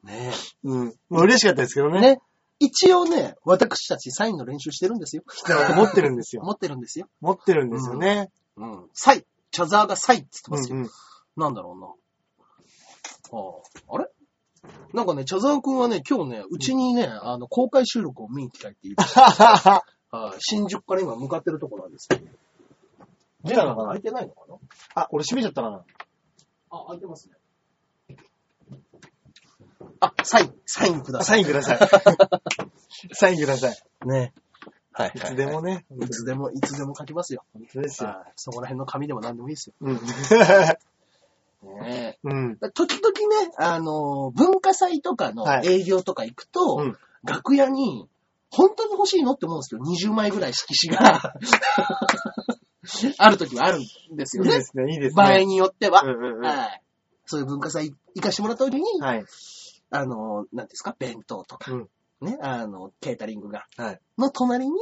[SPEAKER 1] ね
[SPEAKER 3] うん。まあ嬉しかったですけど
[SPEAKER 1] え。
[SPEAKER 3] ね。
[SPEAKER 1] ね。一応ね、私たちサインの練習してるんですよ。
[SPEAKER 3] きっと持ってるんですよ。
[SPEAKER 1] 持ってるんですよ。
[SPEAKER 3] 持ってるんですよね。
[SPEAKER 1] うん。サイチャザーがサイって言ってますよ。
[SPEAKER 3] うんうん
[SPEAKER 1] なんだろうな。ああ。あれなんかね、チャザーくんはね、今日ね、うちにね、あの、公開収録を見に行きたいって言って、はい新宿から今向かってるとこなんですけど。
[SPEAKER 3] 出たのか
[SPEAKER 1] 空
[SPEAKER 3] ない
[SPEAKER 1] てないのかな
[SPEAKER 3] あ、俺閉めちゃったかな
[SPEAKER 1] あ、開いてますね。あ、サイン、サインくだ
[SPEAKER 3] あ
[SPEAKER 1] さ
[SPEAKER 3] サインくだ さい。サインください。
[SPEAKER 1] い。ね。はい。
[SPEAKER 3] いつでもね。
[SPEAKER 1] いつでも、いつでも書きますよ。
[SPEAKER 3] 本当ですよ。
[SPEAKER 1] はいそこら辺の紙でも何でもいいですよ。
[SPEAKER 3] うん。
[SPEAKER 1] ね
[SPEAKER 3] うん。
[SPEAKER 1] 時々ね、あのー、文化祭とかの
[SPEAKER 3] はい
[SPEAKER 1] 営業とか行くと、
[SPEAKER 3] うん
[SPEAKER 1] 楽屋に、本当に欲しいのって思うんですけど、20枚ぐらい色紙 が、ある時はあるんです
[SPEAKER 3] いい
[SPEAKER 1] よ
[SPEAKER 3] で
[SPEAKER 1] ね。
[SPEAKER 3] すね、いいですね。
[SPEAKER 1] 場合によっては。
[SPEAKER 3] うんうんう
[SPEAKER 1] はい。そういう文化祭行かしてもらった時に、
[SPEAKER 3] ん。はい。
[SPEAKER 1] あのー、なんですか、弁当とか、
[SPEAKER 3] うん
[SPEAKER 1] ね、あの、ケータリングが、
[SPEAKER 3] はい
[SPEAKER 1] の隣に、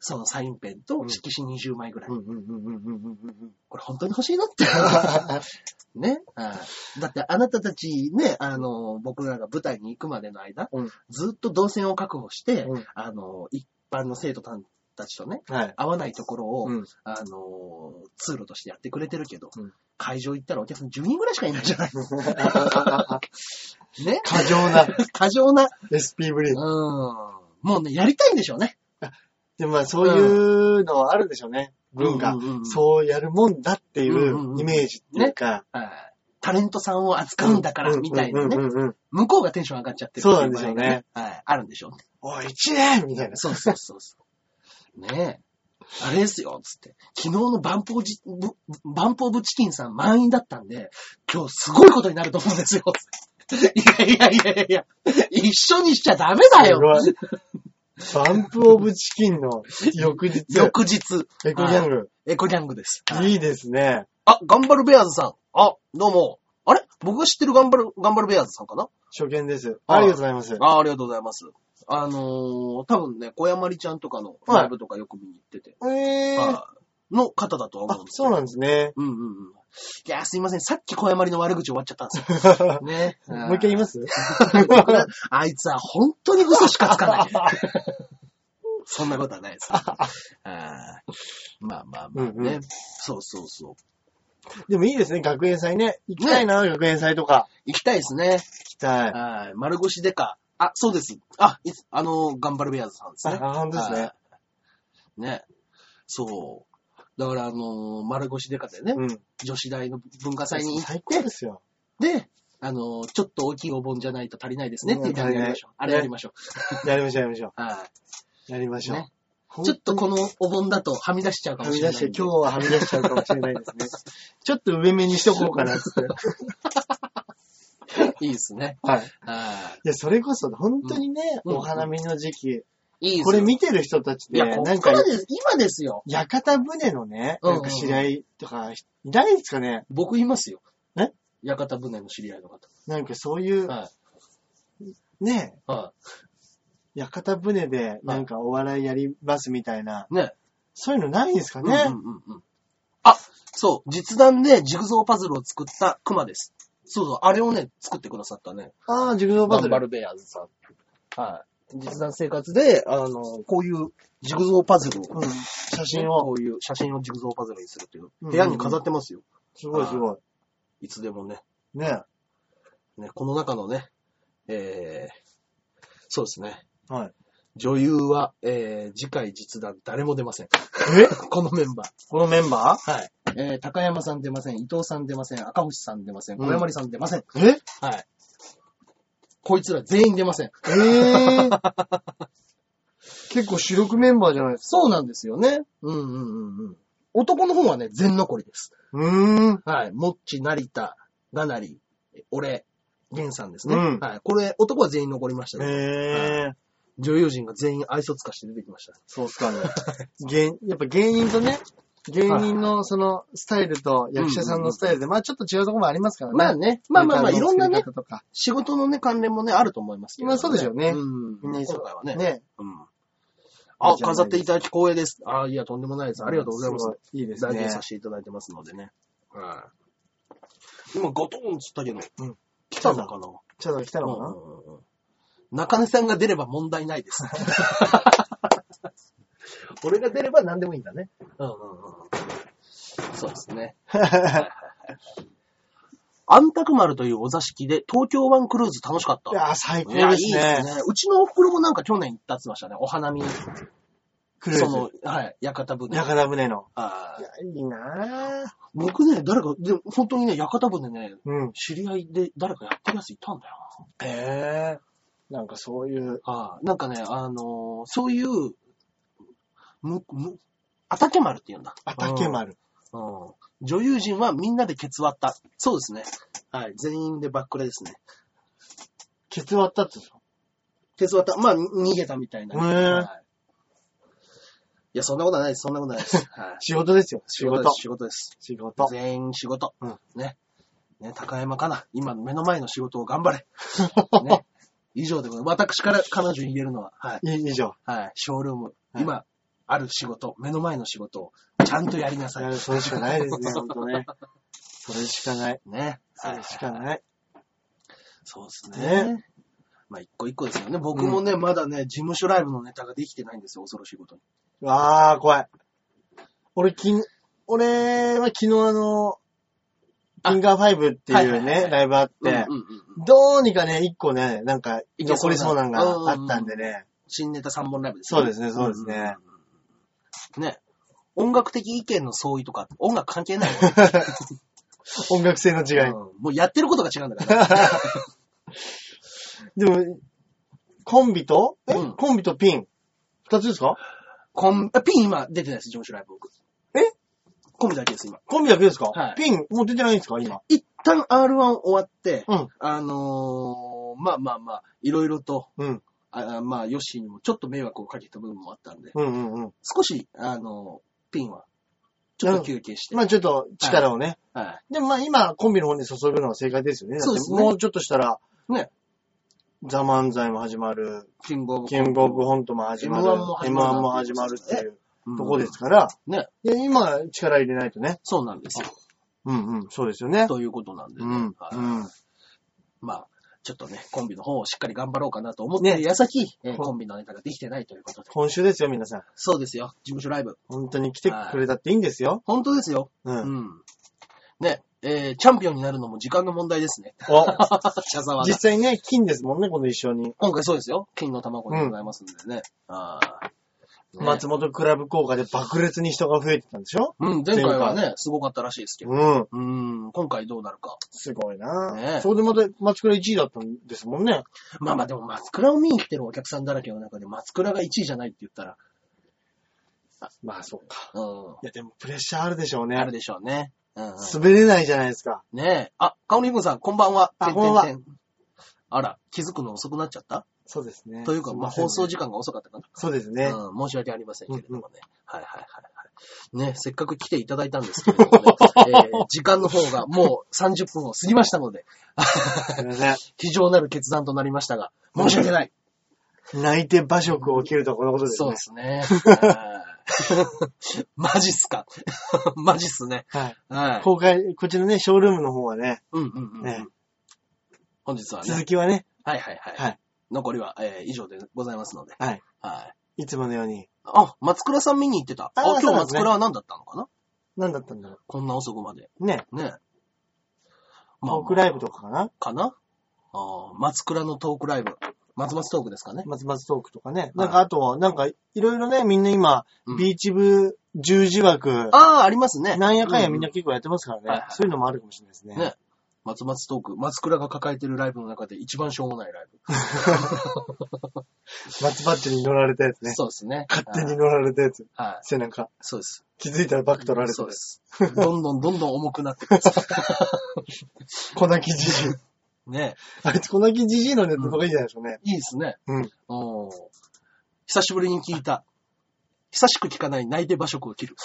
[SPEAKER 1] そのサインペンと
[SPEAKER 3] うん
[SPEAKER 1] 色紙20枚ぐらい。
[SPEAKER 3] うんうんうんうんうんうんうん。
[SPEAKER 1] これ本当に欲しいの って。ね。はいだってあなたたちね、あの、僕らが舞台に行くまでの間、
[SPEAKER 3] うん
[SPEAKER 1] ずっと動線を確保して、
[SPEAKER 3] うん
[SPEAKER 1] あの、一般の生徒さんたちとね、
[SPEAKER 3] はい。
[SPEAKER 1] 合わないところを、
[SPEAKER 3] うん
[SPEAKER 1] あの、通路としてやってくれてるけど、
[SPEAKER 3] うん
[SPEAKER 1] 会場行ったらお客さん10人ぐらいしかいないじゃ ないね。
[SPEAKER 3] 過剰な
[SPEAKER 1] 過剰な。
[SPEAKER 3] SP ブリ
[SPEAKER 1] うん
[SPEAKER 3] ー。。
[SPEAKER 1] もうね、やりたいんでしょうね。
[SPEAKER 3] でもまあそういうのはあるんでしょうね。文化
[SPEAKER 1] うんうんう。ん
[SPEAKER 3] そうやるもんだってい
[SPEAKER 1] んうんう
[SPEAKER 3] うんイメージっていうか。
[SPEAKER 1] はいタレントさんを扱うんだから、みたいな
[SPEAKER 3] うん
[SPEAKER 1] ね。
[SPEAKER 3] うんうんうん。
[SPEAKER 1] 向こうがテンション上がっちゃってる。
[SPEAKER 3] そうなんでしょうね。
[SPEAKER 1] はい。あるんでしょうね。
[SPEAKER 3] おい、一年みたいな。
[SPEAKER 1] そうそうそうそう。ねえ。あれですよ、つって。昨日のバンポージ、ブバンポーブチキンさん満員だったんで、今日すごいことになると思うんですよ。つっていやいやいやいや一緒にしちゃダメだよ。
[SPEAKER 3] すごいバンプオブチキンの翌日、
[SPEAKER 1] 翌日、
[SPEAKER 3] エコギャング。
[SPEAKER 1] エコギャングです。
[SPEAKER 3] いいですね。
[SPEAKER 1] あ、頑張るベアーズさん。あ、どうも。あれ僕が知ってる頑張る、頑張るベアーズさんかな
[SPEAKER 3] 初見です。
[SPEAKER 1] はい
[SPEAKER 3] ありがとうございます。
[SPEAKER 1] あありがとうございます。あのー、多分ね、小山里ちゃんとかのライブとかよく見に行ってて、
[SPEAKER 3] えー。
[SPEAKER 1] あの方だとは思
[SPEAKER 3] あ
[SPEAKER 1] うん、です
[SPEAKER 3] そうなんですね。
[SPEAKER 1] うんうんうん。いやー、すいません。さっき小山里の悪口終わっちゃったんですよ。
[SPEAKER 3] も
[SPEAKER 1] ね。
[SPEAKER 3] う一回言い
[SPEAKER 1] 今。
[SPEAKER 3] ます
[SPEAKER 1] あいつは本当に嘘しかつかない。そんな ことはないです。あーまあまあまあね。
[SPEAKER 3] うんう
[SPEAKER 1] そうそうそう。
[SPEAKER 3] でもいいですね、学園祭ね。行きたいな、学園祭とか。
[SPEAKER 1] 行きたいですね。
[SPEAKER 3] 行きたい。あ、
[SPEAKER 1] はい。丸腰デカ。あ、そうです。あ、いあの、頑張るベアーズさんですね。
[SPEAKER 3] 本当ですね。
[SPEAKER 1] はい。ね。そう。だから、あのー丸腰デカでね、
[SPEAKER 3] うん。
[SPEAKER 1] 女子大の文化祭に行っ
[SPEAKER 3] 最高ですよ。
[SPEAKER 1] て、あのーちょっと大きいお盆じゃないと足りないですね、
[SPEAKER 3] うん
[SPEAKER 1] みたいなのやりましょう。あ
[SPEAKER 3] 足りない
[SPEAKER 1] れやりましょ
[SPEAKER 3] やりましょう、やりましょ
[SPEAKER 1] う。は
[SPEAKER 3] う。やりま
[SPEAKER 1] い。
[SPEAKER 3] しょう。
[SPEAKER 1] ね。ちょっとこのお盆だとはみ出しちゃうか
[SPEAKER 3] は
[SPEAKER 1] も
[SPEAKER 3] み
[SPEAKER 1] しれ
[SPEAKER 3] 出
[SPEAKER 1] な
[SPEAKER 3] し
[SPEAKER 1] い
[SPEAKER 3] て、
[SPEAKER 1] んで。
[SPEAKER 3] 今日ははみ出しちゃうかもしれないですね。 ちょっと上目にしとこうかなっつって。
[SPEAKER 1] いいですね。
[SPEAKER 3] はい。
[SPEAKER 1] はい
[SPEAKER 3] や、それこそ、本当にね、
[SPEAKER 1] うん
[SPEAKER 3] お花見の時期、
[SPEAKER 1] い。いいです
[SPEAKER 3] これ見てる人たちっ
[SPEAKER 1] い
[SPEAKER 3] て、
[SPEAKER 1] や、こ
[SPEAKER 3] な
[SPEAKER 1] っ
[SPEAKER 3] ん
[SPEAKER 1] か、
[SPEAKER 3] か
[SPEAKER 1] らです。今ですよ。
[SPEAKER 3] 屋形船のね、
[SPEAKER 1] うん
[SPEAKER 3] なんか知り合いとか、いないですかね
[SPEAKER 1] 僕いますよ。
[SPEAKER 3] え
[SPEAKER 1] 屋形船の知り合いの方。
[SPEAKER 3] なんかそういう、
[SPEAKER 1] は
[SPEAKER 3] ね、
[SPEAKER 1] い。は
[SPEAKER 3] 屋形船で、なんかお笑いやりますみたいな、
[SPEAKER 1] い。ね。
[SPEAKER 3] そういうのないんですかね、
[SPEAKER 1] うんうんうんうん。あ、そう、実弾でジグゾーパズルを作ったクマです。そうそう、あれをね、作ってくださったね。
[SPEAKER 3] ああ、ジグゾーパ
[SPEAKER 1] バ
[SPEAKER 3] ズ
[SPEAKER 1] ンバ
[SPEAKER 3] ル。
[SPEAKER 1] ルベアーズさん。はい。実弾生活で、あの、こういうジグゾーパズルを、
[SPEAKER 3] うん。写真を。
[SPEAKER 1] こういう写真をジグゾーパズルにするという。
[SPEAKER 3] うん
[SPEAKER 1] 部屋に飾ってますよ。
[SPEAKER 3] すごいすごい。
[SPEAKER 1] いつでもね。
[SPEAKER 3] ね。
[SPEAKER 1] ね、この中のね、えー、そうですね。
[SPEAKER 3] はい。
[SPEAKER 1] 女優は、えー、次回実弾誰も出ません。
[SPEAKER 3] え
[SPEAKER 1] このメンバー。
[SPEAKER 3] このメンバ
[SPEAKER 1] はい。えー、高山さん出ません。伊藤さん出ません。赤星さん出ません。
[SPEAKER 3] うん
[SPEAKER 1] 小山里さん出ません。
[SPEAKER 3] ーえ
[SPEAKER 1] はい。こいつら全員出ません。
[SPEAKER 3] え ー、結構主力メンバーじゃないですか。
[SPEAKER 1] そうなんですよね。うんうんうんうん。男の方はね、全残りです。
[SPEAKER 3] うーん。
[SPEAKER 1] はい。もっち、成田、がなり、俺、源さんですね。
[SPEAKER 3] うん
[SPEAKER 1] はい。これ、男は全員残りましたけど、
[SPEAKER 3] えー。
[SPEAKER 1] 女優陣が全員愛想つかして出てきました。
[SPEAKER 3] そうっすか ね。芸やっぱ芸人とね、芸人のそのスタイルと役者さんのスタイルで、まあちょっと違うところもありますからね。
[SPEAKER 1] まあね、まあまあまあ、い
[SPEAKER 3] ネタの
[SPEAKER 1] ろんなね
[SPEAKER 3] 作、り方とか
[SPEAKER 1] 仕事のね、関連もね、あると思いますけど、
[SPEAKER 3] まあそうでしょうね
[SPEAKER 1] うん。
[SPEAKER 3] みんな
[SPEAKER 1] 今
[SPEAKER 3] 忙
[SPEAKER 1] 回は
[SPEAKER 3] ね。
[SPEAKER 1] ね。うん。あ、
[SPEAKER 3] いいじゃないです
[SPEAKER 1] 飾
[SPEAKER 3] か
[SPEAKER 1] っていただき光栄です。あいや、とんでもないです。ありがとうございます。
[SPEAKER 3] ごいいいです
[SPEAKER 1] 大事に
[SPEAKER 3] ね。
[SPEAKER 1] させていただいてますのでね。はい。今、ガトーンっつったけど、
[SPEAKER 3] うん
[SPEAKER 1] 来たのかな
[SPEAKER 3] ちょっと来たのかな、
[SPEAKER 1] うんうんうん中根さんが出れば問題ないです。俺が出れば何でもいいんだね。 うんうんうん、そうです ね。安宅丸というお座敷で東京湾クルーズ楽しかった。
[SPEAKER 3] いやー、最高
[SPEAKER 1] いや
[SPEAKER 3] ですね。
[SPEAKER 1] いいですね。うちのお袋もなんか去年行ったって言ってましたね。お花見、
[SPEAKER 3] クル
[SPEAKER 1] そ
[SPEAKER 3] ーズ
[SPEAKER 1] の。、はい、屋形船。
[SPEAKER 3] 屋形船の。
[SPEAKER 1] はい
[SPEAKER 3] いや、いいなぁ。
[SPEAKER 1] 僕ね、誰か、でも本当にね、屋形船ね、
[SPEAKER 3] うん。
[SPEAKER 1] 知り合いで誰かやってるやついたんだよ
[SPEAKER 3] へえ。なんかそういう。
[SPEAKER 1] な。はいなんかね、あのーそういう、む、む、あたけ丸って言うんだ。
[SPEAKER 3] あたけ丸。
[SPEAKER 1] うん。女優陣はみんなでケツ割った。そうですね。はい。全員でバックレですね。
[SPEAKER 3] ケツ割ったって言
[SPEAKER 1] ケツ割った。まあ、に逃げたみたいな。
[SPEAKER 3] へー
[SPEAKER 1] はい。いや、そんなことはないです。そんなことはないです。はい。
[SPEAKER 3] 仕事ですよ。仕事
[SPEAKER 1] です。。仕事です。
[SPEAKER 3] 仕事。
[SPEAKER 1] 全員仕事。
[SPEAKER 3] うん
[SPEAKER 1] ね。ね、高山かな。今、目の前の仕事を頑張 れ。ね。以上でございます。私から彼女に言えるのは、はい。
[SPEAKER 3] い以上。
[SPEAKER 1] はい。ショールーム。
[SPEAKER 3] はい
[SPEAKER 1] 今、ある仕事、目の前の仕事を、ちゃんとやりなさ
[SPEAKER 3] い
[SPEAKER 1] い。
[SPEAKER 3] や、それしかないですね、ほんと ね。それしかない。
[SPEAKER 1] ね。
[SPEAKER 3] それしかない。
[SPEAKER 1] そうですね。
[SPEAKER 3] ね
[SPEAKER 1] まあ、一個一個ですよね。僕もね、まだね、事務所ライブのネタができてないんですよ。恐ろしいことに。
[SPEAKER 3] わー、怖い。俺、きん、俺は昨日あの、
[SPEAKER 1] あ
[SPEAKER 3] フィンガー5っていう
[SPEAKER 1] はいはいは
[SPEAKER 3] ね、
[SPEAKER 1] い
[SPEAKER 3] ライブあっ
[SPEAKER 1] うん
[SPEAKER 3] て
[SPEAKER 1] う、んうんうん。
[SPEAKER 3] どうにかね、一個ね、なんか、
[SPEAKER 1] いけそう
[SPEAKER 3] 残
[SPEAKER 1] な
[SPEAKER 3] りそうなのがあったんでね。
[SPEAKER 1] 新ネタ3本ライブです、
[SPEAKER 3] そうですね、そうですね。
[SPEAKER 1] うんうんうん。ね。音楽的意見の相違とか、音楽関係ないよね。
[SPEAKER 3] 音楽性の 違い。
[SPEAKER 1] うんもうやってることが違うんだから。
[SPEAKER 3] でも、コンビと、え
[SPEAKER 1] うん
[SPEAKER 3] コンビとピン。二つですか
[SPEAKER 1] コン、あピン今出てないです、事務所ライブ僕。
[SPEAKER 3] え
[SPEAKER 1] コンビだけです、今。
[SPEAKER 3] コンビだけですか、
[SPEAKER 1] はい
[SPEAKER 3] ピン、もう出てないんですか今。
[SPEAKER 1] 一旦 R1 終わって、
[SPEAKER 3] うん
[SPEAKER 1] あのーまあまあまあ、いろいろと、
[SPEAKER 3] うん。
[SPEAKER 1] ああまあ、ヨッシーにもちょっと迷惑をかけた部分もあったんで、
[SPEAKER 3] うんうんうん。
[SPEAKER 1] 少し、あのーピンは、ちょっと休憩して、
[SPEAKER 3] まあちょっと力をね。
[SPEAKER 1] は
[SPEAKER 3] でもまあ今、コンビの方に注ぐのが正解ですよね。だって
[SPEAKER 1] そうですね
[SPEAKER 3] もうちょっとしたら、
[SPEAKER 1] ね。
[SPEAKER 3] ザ・漫才も始まる、
[SPEAKER 1] い。キングオブ
[SPEAKER 3] キングオブホントも始まる、
[SPEAKER 1] M1 も始
[SPEAKER 3] M1
[SPEAKER 1] まる
[SPEAKER 3] も始まるっていう
[SPEAKER 1] うん
[SPEAKER 3] とこですから、
[SPEAKER 1] ね。
[SPEAKER 3] で今、力入れないとね。
[SPEAKER 1] そうなんですよ。
[SPEAKER 3] うんうん、そうですよね。
[SPEAKER 1] ということなんで
[SPEAKER 3] う
[SPEAKER 1] ね、
[SPEAKER 3] ん、
[SPEAKER 1] はい
[SPEAKER 3] うん。
[SPEAKER 1] まあ、ちょっとね、コンビの方をしっかり頑張ろうかなと思っ
[SPEAKER 3] ね
[SPEAKER 1] て、矢先、えー
[SPEAKER 3] こん
[SPEAKER 1] コンビのネタができてないということで。
[SPEAKER 3] 今週ですよ、皆さん。
[SPEAKER 1] そうですよ、事務所ライブ。
[SPEAKER 3] 本当に来てくれたっていいんですよ。
[SPEAKER 1] 本当ですよ。
[SPEAKER 3] う。
[SPEAKER 1] うんん。ね、えー、チャンピオンになるのも時間の問題ですね。
[SPEAKER 3] あ、
[SPEAKER 1] 茶沢が
[SPEAKER 3] 実。際ね、金ですもんね、この一緒に。
[SPEAKER 1] 今回そうですよ。金の卵でございますんでね。ああ。ね
[SPEAKER 3] 松本クラブ効果で爆裂に人が増えてたんでしょ
[SPEAKER 1] うん、前回はね、すごかったらしいですけど。
[SPEAKER 3] うん。
[SPEAKER 1] うん、今回どうなるか。
[SPEAKER 3] すごいな、
[SPEAKER 1] ねえ
[SPEAKER 3] それでまた松倉1位だったんですもんね。
[SPEAKER 1] まあまあでも、松倉を見に来てるお客さんだらけの中で、松倉が1位じゃないって言ったら、
[SPEAKER 3] まあそうか。
[SPEAKER 1] う、
[SPEAKER 3] いやでもプレッシャーあるでしょうんね。
[SPEAKER 1] あるでしょうね。うんうん、
[SPEAKER 3] 滑れないじゃないですか。
[SPEAKER 1] ねえ。あ、カオリンゴさん、こんばんは。
[SPEAKER 3] あ
[SPEAKER 1] て
[SPEAKER 3] こんばんは
[SPEAKER 1] ててあら、気づくの遅くなっちゃった
[SPEAKER 3] そうですね。
[SPEAKER 1] というか、まあ、
[SPEAKER 3] すい
[SPEAKER 1] 放
[SPEAKER 3] せん
[SPEAKER 1] 送
[SPEAKER 3] ね
[SPEAKER 1] 時間が遅かったかな。
[SPEAKER 3] そうですね。
[SPEAKER 1] うん、申し訳ありませんけれどもね。はいはいはいはい。ね、せっかく来ていただいたんですけれども ね、えー時間の方がもう30分を過ぎましたので、
[SPEAKER 3] すいません。
[SPEAKER 1] 非常なる決断となりましたが、申し訳ない。
[SPEAKER 3] 泣いて馬食を切るとこのことです
[SPEAKER 1] そうで。
[SPEAKER 3] ね
[SPEAKER 1] すね。はいマジっすか。 マジっすね。
[SPEAKER 3] はい。
[SPEAKER 1] はい。
[SPEAKER 3] 公開、こちらね、ショールームの方はね、
[SPEAKER 1] うんうんうんうん。
[SPEAKER 3] ね
[SPEAKER 1] 本日はね、
[SPEAKER 3] 続きはね、
[SPEAKER 1] はいはいはい。
[SPEAKER 3] はい
[SPEAKER 1] 残りは、えー以上でございますので。
[SPEAKER 3] はい。
[SPEAKER 1] はい。
[SPEAKER 3] いつものように、
[SPEAKER 1] あ、松倉さん見に行ってた。あ、
[SPEAKER 3] あー
[SPEAKER 1] 今日
[SPEAKER 3] そうなんで
[SPEAKER 1] 松
[SPEAKER 3] すね
[SPEAKER 1] 倉は何だったのかな
[SPEAKER 3] 何だったんだろ
[SPEAKER 1] こんな遅くまで。
[SPEAKER 3] う。ね。
[SPEAKER 1] ね。まあ
[SPEAKER 3] トークライブとかかな
[SPEAKER 1] かなあー松倉のトークライブ。松松トークですかね。
[SPEAKER 3] 松松トークとかね。なんかあとは、なんか、いろいろね、みんな今
[SPEAKER 1] うん、
[SPEAKER 3] ビーチ部十字枠、
[SPEAKER 1] ああ、ありますね。
[SPEAKER 3] なんやかんやみん
[SPEAKER 1] う
[SPEAKER 3] な結構やってますか
[SPEAKER 1] はい
[SPEAKER 3] らね
[SPEAKER 1] は。い
[SPEAKER 3] そういうのもあるかもしれないです
[SPEAKER 1] ね
[SPEAKER 3] ね。
[SPEAKER 1] 松松トーク。松倉が抱えてるライブの中で一番しょうもないライブ。
[SPEAKER 3] 松バッチに乗られたやつね。
[SPEAKER 1] そうですね。
[SPEAKER 3] 勝手に乗られたやつ。
[SPEAKER 1] はい。はい。
[SPEAKER 3] 背中。
[SPEAKER 1] そうです。
[SPEAKER 3] 気づいたらバック取られて
[SPEAKER 1] そうで
[SPEAKER 3] る。
[SPEAKER 1] す。どんどんどんどん重くなってくる。
[SPEAKER 3] 粉木じじい。
[SPEAKER 1] ね。
[SPEAKER 3] あいつ粉木じじいのネタとかいいじゃないですかね。
[SPEAKER 1] いいですね。
[SPEAKER 3] うん。
[SPEAKER 1] おー久しぶりに聞いた。久しく聞かない泣いて馬食を切る。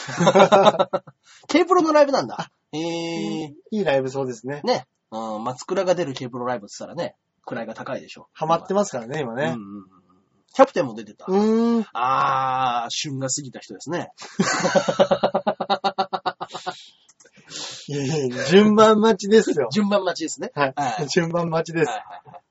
[SPEAKER 1] K プロのライブなんだ。えー、
[SPEAKER 3] いいライブそうですね。
[SPEAKER 1] ね。うん、松倉が出る K プロライブって言ったらね、位が高いでしょ。
[SPEAKER 3] ハマってますからね、今
[SPEAKER 1] ね
[SPEAKER 3] ね。。
[SPEAKER 1] キャプテンも出てた。
[SPEAKER 3] うーん。
[SPEAKER 1] あー、旬が過ぎた人ですね。。
[SPEAKER 3] いやいや、順番待ちですよ
[SPEAKER 1] 順番待ちですね。
[SPEAKER 3] は
[SPEAKER 1] はい
[SPEAKER 3] い。順番待ちで
[SPEAKER 1] は
[SPEAKER 3] す。
[SPEAKER 1] いはいはい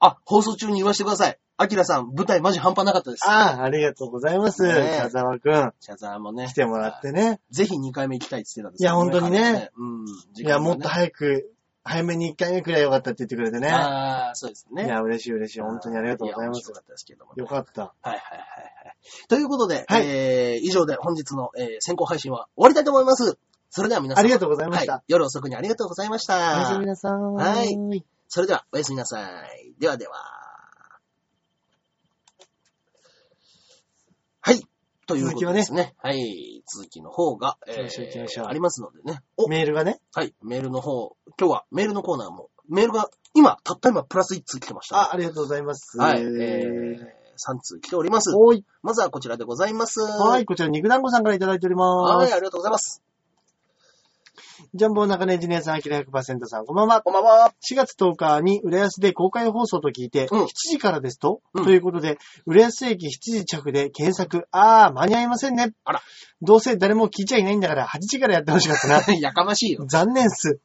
[SPEAKER 1] あ、放送中に言わせてください。アキラさん、舞台マジ半端なかったです。
[SPEAKER 3] ああ、ありがとうございます。
[SPEAKER 1] ねえ
[SPEAKER 3] 茶沢くん。
[SPEAKER 1] シャザーもね
[SPEAKER 3] 来。てもらってね。
[SPEAKER 1] ぜひ2回目行きたいって言ってたんです
[SPEAKER 3] いや本当にね。
[SPEAKER 1] うん。
[SPEAKER 3] い
[SPEAKER 1] 時間がね
[SPEAKER 3] や、もっと早く、早めに1回目くらいよかったって言ってくれてね。
[SPEAKER 1] ああ、そうです
[SPEAKER 3] い
[SPEAKER 1] ね。
[SPEAKER 3] や、嬉しい嬉しい。本当にありがとうございま
[SPEAKER 1] や面
[SPEAKER 3] す
[SPEAKER 1] 白。かったですけどもね
[SPEAKER 3] よかった。
[SPEAKER 1] はいはいはいはい。ということで、
[SPEAKER 3] はい
[SPEAKER 1] えー、以上で本日の、えー、先行配信は終わりたいと思います。それでは皆さん。
[SPEAKER 3] ありがとうございました
[SPEAKER 1] は夜遅くにありがとうございまし
[SPEAKER 3] おやす
[SPEAKER 1] た
[SPEAKER 3] み。なさーい。はい。
[SPEAKER 1] それでは、おやすみなさい。ではでは。はい。ということですね。はい。続きの方が、え
[SPEAKER 3] 行きましょう行きましょう
[SPEAKER 1] ありますのでね。お、
[SPEAKER 3] メールがね。
[SPEAKER 1] はい。メールの方、今日はメールのコーナーも、メールが今、たった今、プラス1通来てましたね、
[SPEAKER 3] あ、ありがとうございます。
[SPEAKER 1] はい。えー、3通来ております。
[SPEAKER 3] おい。
[SPEAKER 1] まずはこちらでございます。
[SPEAKER 3] は、
[SPEAKER 1] はいい。
[SPEAKER 3] こちら肉団子さんからいただいておりま
[SPEAKER 1] はい、
[SPEAKER 3] す。
[SPEAKER 1] ありがとうございます。
[SPEAKER 3] ジャンボ中根ジュニアさん、アキラ100%さん、こんばんは。
[SPEAKER 1] こんばんは。
[SPEAKER 3] 4月10日に浦安で公開放送と聞いて、
[SPEAKER 1] うん
[SPEAKER 3] 7時からですと、
[SPEAKER 1] うん
[SPEAKER 3] ということで、浦安駅7時着で検索。あー、間に合いませんね。
[SPEAKER 1] あら。
[SPEAKER 3] どうせ誰も聞いちゃいないんだから、8時からやってほしかったな。
[SPEAKER 1] やかましいよ。
[SPEAKER 3] 残念っす。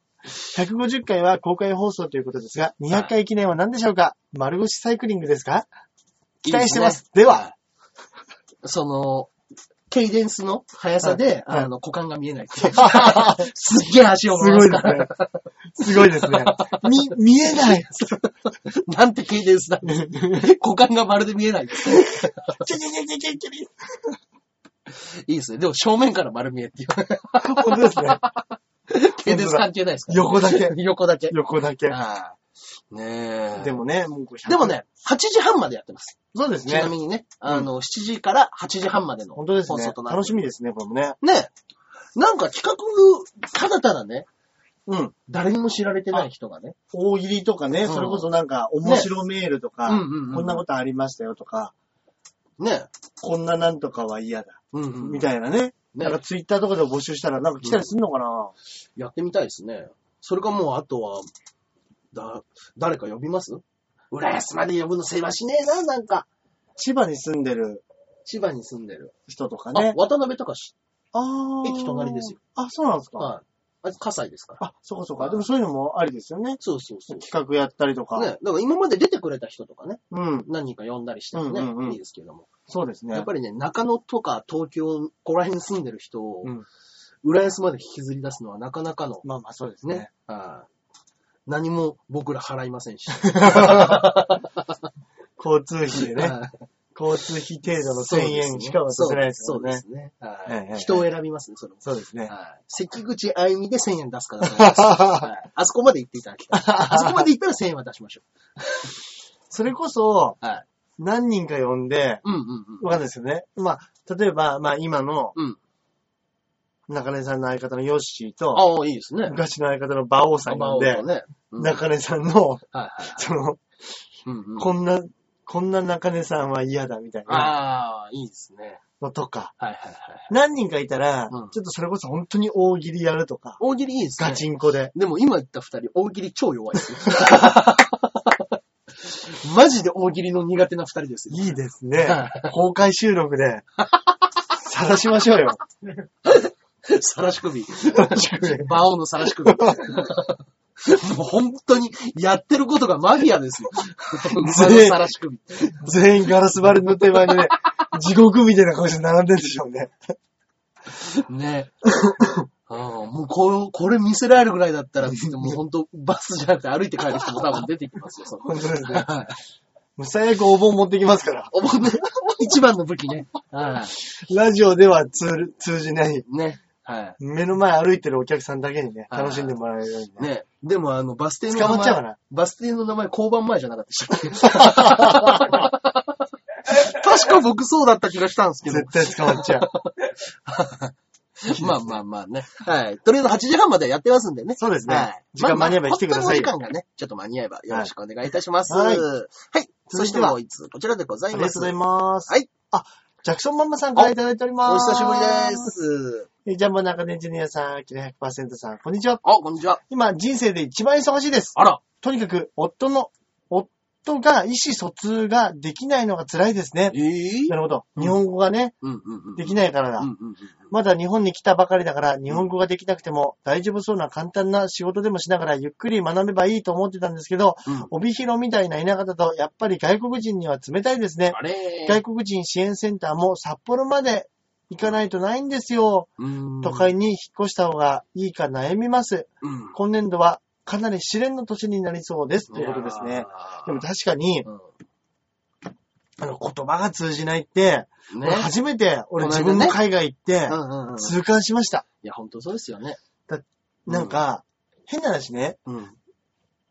[SPEAKER 3] 150回は公開放送ということですが、200回記念は何でしょうか丸腰サイクリングですか期待してま
[SPEAKER 1] いい
[SPEAKER 3] す
[SPEAKER 1] すね
[SPEAKER 3] では
[SPEAKER 1] はいその、ケイデンスの速さで、
[SPEAKER 3] はいはい
[SPEAKER 1] あの、股間が見えないっていう。 すっげえ足を
[SPEAKER 3] す
[SPEAKER 1] 回
[SPEAKER 3] ご
[SPEAKER 1] す
[SPEAKER 3] い
[SPEAKER 1] か
[SPEAKER 3] です
[SPEAKER 1] ら。
[SPEAKER 3] ね。すごいですね。み、見えない。
[SPEAKER 1] なんてケイデンスなんです。股間がまるで見えないです。
[SPEAKER 3] チリチリチリチリ
[SPEAKER 1] いいですね。でも正面から丸見え っていう。
[SPEAKER 3] 本当ですね。
[SPEAKER 1] ケイデンス関係ないですから。
[SPEAKER 3] 横だけ。
[SPEAKER 1] 横だけ。
[SPEAKER 3] 横だけ。
[SPEAKER 1] はいねえ。
[SPEAKER 3] でもね、もうこれ100
[SPEAKER 1] でも、ね、8時半までやってます。
[SPEAKER 3] そうです
[SPEAKER 1] ち
[SPEAKER 3] ね
[SPEAKER 1] な。みにね、あの、7時から8時半までの放
[SPEAKER 3] 本当ですね
[SPEAKER 1] 送と。なって
[SPEAKER 3] 楽しみですね、これもね。
[SPEAKER 1] ねなんか企画、ただただね、
[SPEAKER 3] うん。
[SPEAKER 1] 誰にも知られてない人がね、
[SPEAKER 3] 大喜利とかね、
[SPEAKER 1] うん
[SPEAKER 3] それこそなんか、面白メールとか、
[SPEAKER 1] ねうんうんうんうん
[SPEAKER 3] こんなことありましたよとか、
[SPEAKER 1] ね、
[SPEAKER 3] こんななんとかは嫌だ、
[SPEAKER 1] うんうん
[SPEAKER 3] みたいなね。
[SPEAKER 1] ね
[SPEAKER 3] なんかツイッターとかで募集したら、なんか来たりすんのかな、
[SPEAKER 1] やってみたいですね。それかもう、あとは、だ、誰か呼びます浦安まで呼ぶのせわしねえな、なんか。
[SPEAKER 3] 千葉に住んでる
[SPEAKER 1] 千葉に住んでる。
[SPEAKER 3] 人とか
[SPEAKER 1] あ
[SPEAKER 3] ね、。
[SPEAKER 1] 渡辺隆。
[SPEAKER 3] ああ。
[SPEAKER 1] 駅隣ですよ。
[SPEAKER 3] あ、そうなんですか。
[SPEAKER 1] はい。あいつ、火災ですから。
[SPEAKER 3] あ、そうかそうか。でもそういうのもありですよね。
[SPEAKER 1] そうそうそう。
[SPEAKER 3] 企画やったりとか。
[SPEAKER 1] ね、だから今まで出てくれた人とかね、
[SPEAKER 3] うん。
[SPEAKER 1] 何人か呼んだりしてもね、
[SPEAKER 3] うんうんうん
[SPEAKER 1] いいですけども。
[SPEAKER 3] そうですね。
[SPEAKER 1] やっぱりね、中野とか東京、ここら辺に住んでる人を、
[SPEAKER 3] うん
[SPEAKER 1] 浦安まで引きずり出すのはなかなかの
[SPEAKER 3] まあまあそうですね。
[SPEAKER 1] ね。ああ何も僕ら払いません し。
[SPEAKER 3] 交通費でね。
[SPEAKER 1] ああ
[SPEAKER 3] 交通費程度の
[SPEAKER 1] そうで
[SPEAKER 3] 1000
[SPEAKER 1] す
[SPEAKER 3] 円
[SPEAKER 1] ね
[SPEAKER 3] しか渡せないですもんね。
[SPEAKER 1] そうですね。ああ
[SPEAKER 3] ええええ
[SPEAKER 1] 人を選びますね、それも。
[SPEAKER 3] そうですね。
[SPEAKER 1] はい関口あゆみで1000円出すから大丈夫です、はいあそこまで行っていただきた い。あそこまで行ったら1000円は出しましょ
[SPEAKER 3] それこそ、
[SPEAKER 1] う。はい。
[SPEAKER 3] 何人か呼んで、
[SPEAKER 1] うんうんうん。
[SPEAKER 3] わかんないですよね。まあ、例えば、まあ今の
[SPEAKER 1] うん、
[SPEAKER 3] 中根さんの相方のヨッシーと、
[SPEAKER 1] ああ、いいですね。
[SPEAKER 3] 昔の相方の馬王さん呼んで
[SPEAKER 1] 馬王、とね。うんはい
[SPEAKER 3] 中根さんの、
[SPEAKER 1] はい。
[SPEAKER 3] その、
[SPEAKER 1] うんうん
[SPEAKER 3] こんな、こんな中根さんは嫌だみたいな
[SPEAKER 1] ああ、いいですね。
[SPEAKER 3] のとか、
[SPEAKER 1] はいはいはい。
[SPEAKER 3] 何人かいたら、
[SPEAKER 1] うん
[SPEAKER 3] ちょっとそれこそ本当に大喜利やるとか、
[SPEAKER 1] 大喜利いいですね。
[SPEAKER 3] ガチンコで。
[SPEAKER 1] でも今言った二人、大喜利超弱い ですね。マジで大喜利の苦手な二人ですよ。
[SPEAKER 3] いいです ね。公開収録で、晒しましょうよ。
[SPEAKER 1] さらし 首。
[SPEAKER 3] 晒し首
[SPEAKER 1] バオのさらし首。もう本当にやってることがマフィアですよ。馬のさらし首。
[SPEAKER 3] 全員ガラス張りの手前でね、地獄みたいな顔して並んでるでしょうね。
[SPEAKER 1] ね。ああもうこれ、これ見せられるぐらいだったら、もう本当バスじゃなくて歩いて帰る人も多分出てきますよ、その
[SPEAKER 3] 本当ですね。
[SPEAKER 1] はい
[SPEAKER 3] もう最悪お盆持ってきますから。
[SPEAKER 1] お盆ね一番の武器ね。はい。
[SPEAKER 3] ラジオでは通る通じない、
[SPEAKER 1] ね。は
[SPEAKER 3] 目の前歩いてるお客さんだけにね、
[SPEAKER 1] はい
[SPEAKER 3] 楽しんでもらえるように
[SPEAKER 1] い。
[SPEAKER 3] ね。
[SPEAKER 1] ね。でも、あの、バス停の名
[SPEAKER 3] 捕
[SPEAKER 1] 前。
[SPEAKER 3] まっちゃうかな
[SPEAKER 1] バス停の名前、交番前じゃなかったでしたっけ確か僕そうだった気がしたんですけど。
[SPEAKER 3] 絶対捕まっちゃう。
[SPEAKER 1] まあまあまあね。はい。とりあえず8時半までやってますんでね。
[SPEAKER 3] そうですね
[SPEAKER 1] はい
[SPEAKER 3] 時間間に合えば来てくださいよ
[SPEAKER 1] まあまあ本当にお時間がね、ちょっと間に合えばよろしくお願いいたします。は。
[SPEAKER 3] はいい
[SPEAKER 1] はい。そしてもう一通、こちらでござ
[SPEAKER 3] あ
[SPEAKER 1] い
[SPEAKER 3] り
[SPEAKER 1] ま
[SPEAKER 3] がと
[SPEAKER 1] す。
[SPEAKER 3] うございます。
[SPEAKER 1] はい。
[SPEAKER 3] あ、ジャクソンママさんからいただいており
[SPEAKER 1] お
[SPEAKER 3] ます。
[SPEAKER 1] 久しぶりで。す。
[SPEAKER 3] えジャンボ中根ジュニアさん、アキラ100%さん、こんにちは。
[SPEAKER 1] あ、こんにちは。
[SPEAKER 3] 今、人生で一番忙しいです。
[SPEAKER 1] あら。
[SPEAKER 3] とにかく、夫の、夫が意思疎通ができないのが辛いですね
[SPEAKER 1] え。え
[SPEAKER 3] なるほど。
[SPEAKER 1] うん
[SPEAKER 3] 日本語がね、
[SPEAKER 1] うんうんうん。
[SPEAKER 3] できないからだ
[SPEAKER 1] うん。うんうん。
[SPEAKER 3] まだ日本に来たばかりだから、日本語ができなくても大丈夫そうな簡単な仕事でもしながらゆっくり学べばいいと思ってたんですけど、
[SPEAKER 1] うん
[SPEAKER 3] 帯広みたいな田舎だとやっぱり外国人には冷たいですね。
[SPEAKER 1] あれ
[SPEAKER 3] 外国人支援センターも札幌まで行かないとないんですよ。都会に引っ越した方がいいか悩みます。
[SPEAKER 1] うん。うん
[SPEAKER 3] 今年度はかなり試練の年になりそうです。ということですね。。でも確かに、あの、言葉が通じないって、
[SPEAKER 1] うん、ね
[SPEAKER 3] 俺。初めて、俺
[SPEAKER 1] この間ね
[SPEAKER 3] 自分の海外行って
[SPEAKER 1] う、んうんうん。
[SPEAKER 3] 痛感しました。
[SPEAKER 1] いや、本当そうですよね。うん
[SPEAKER 3] なんか、変な話ね、
[SPEAKER 1] うん。はい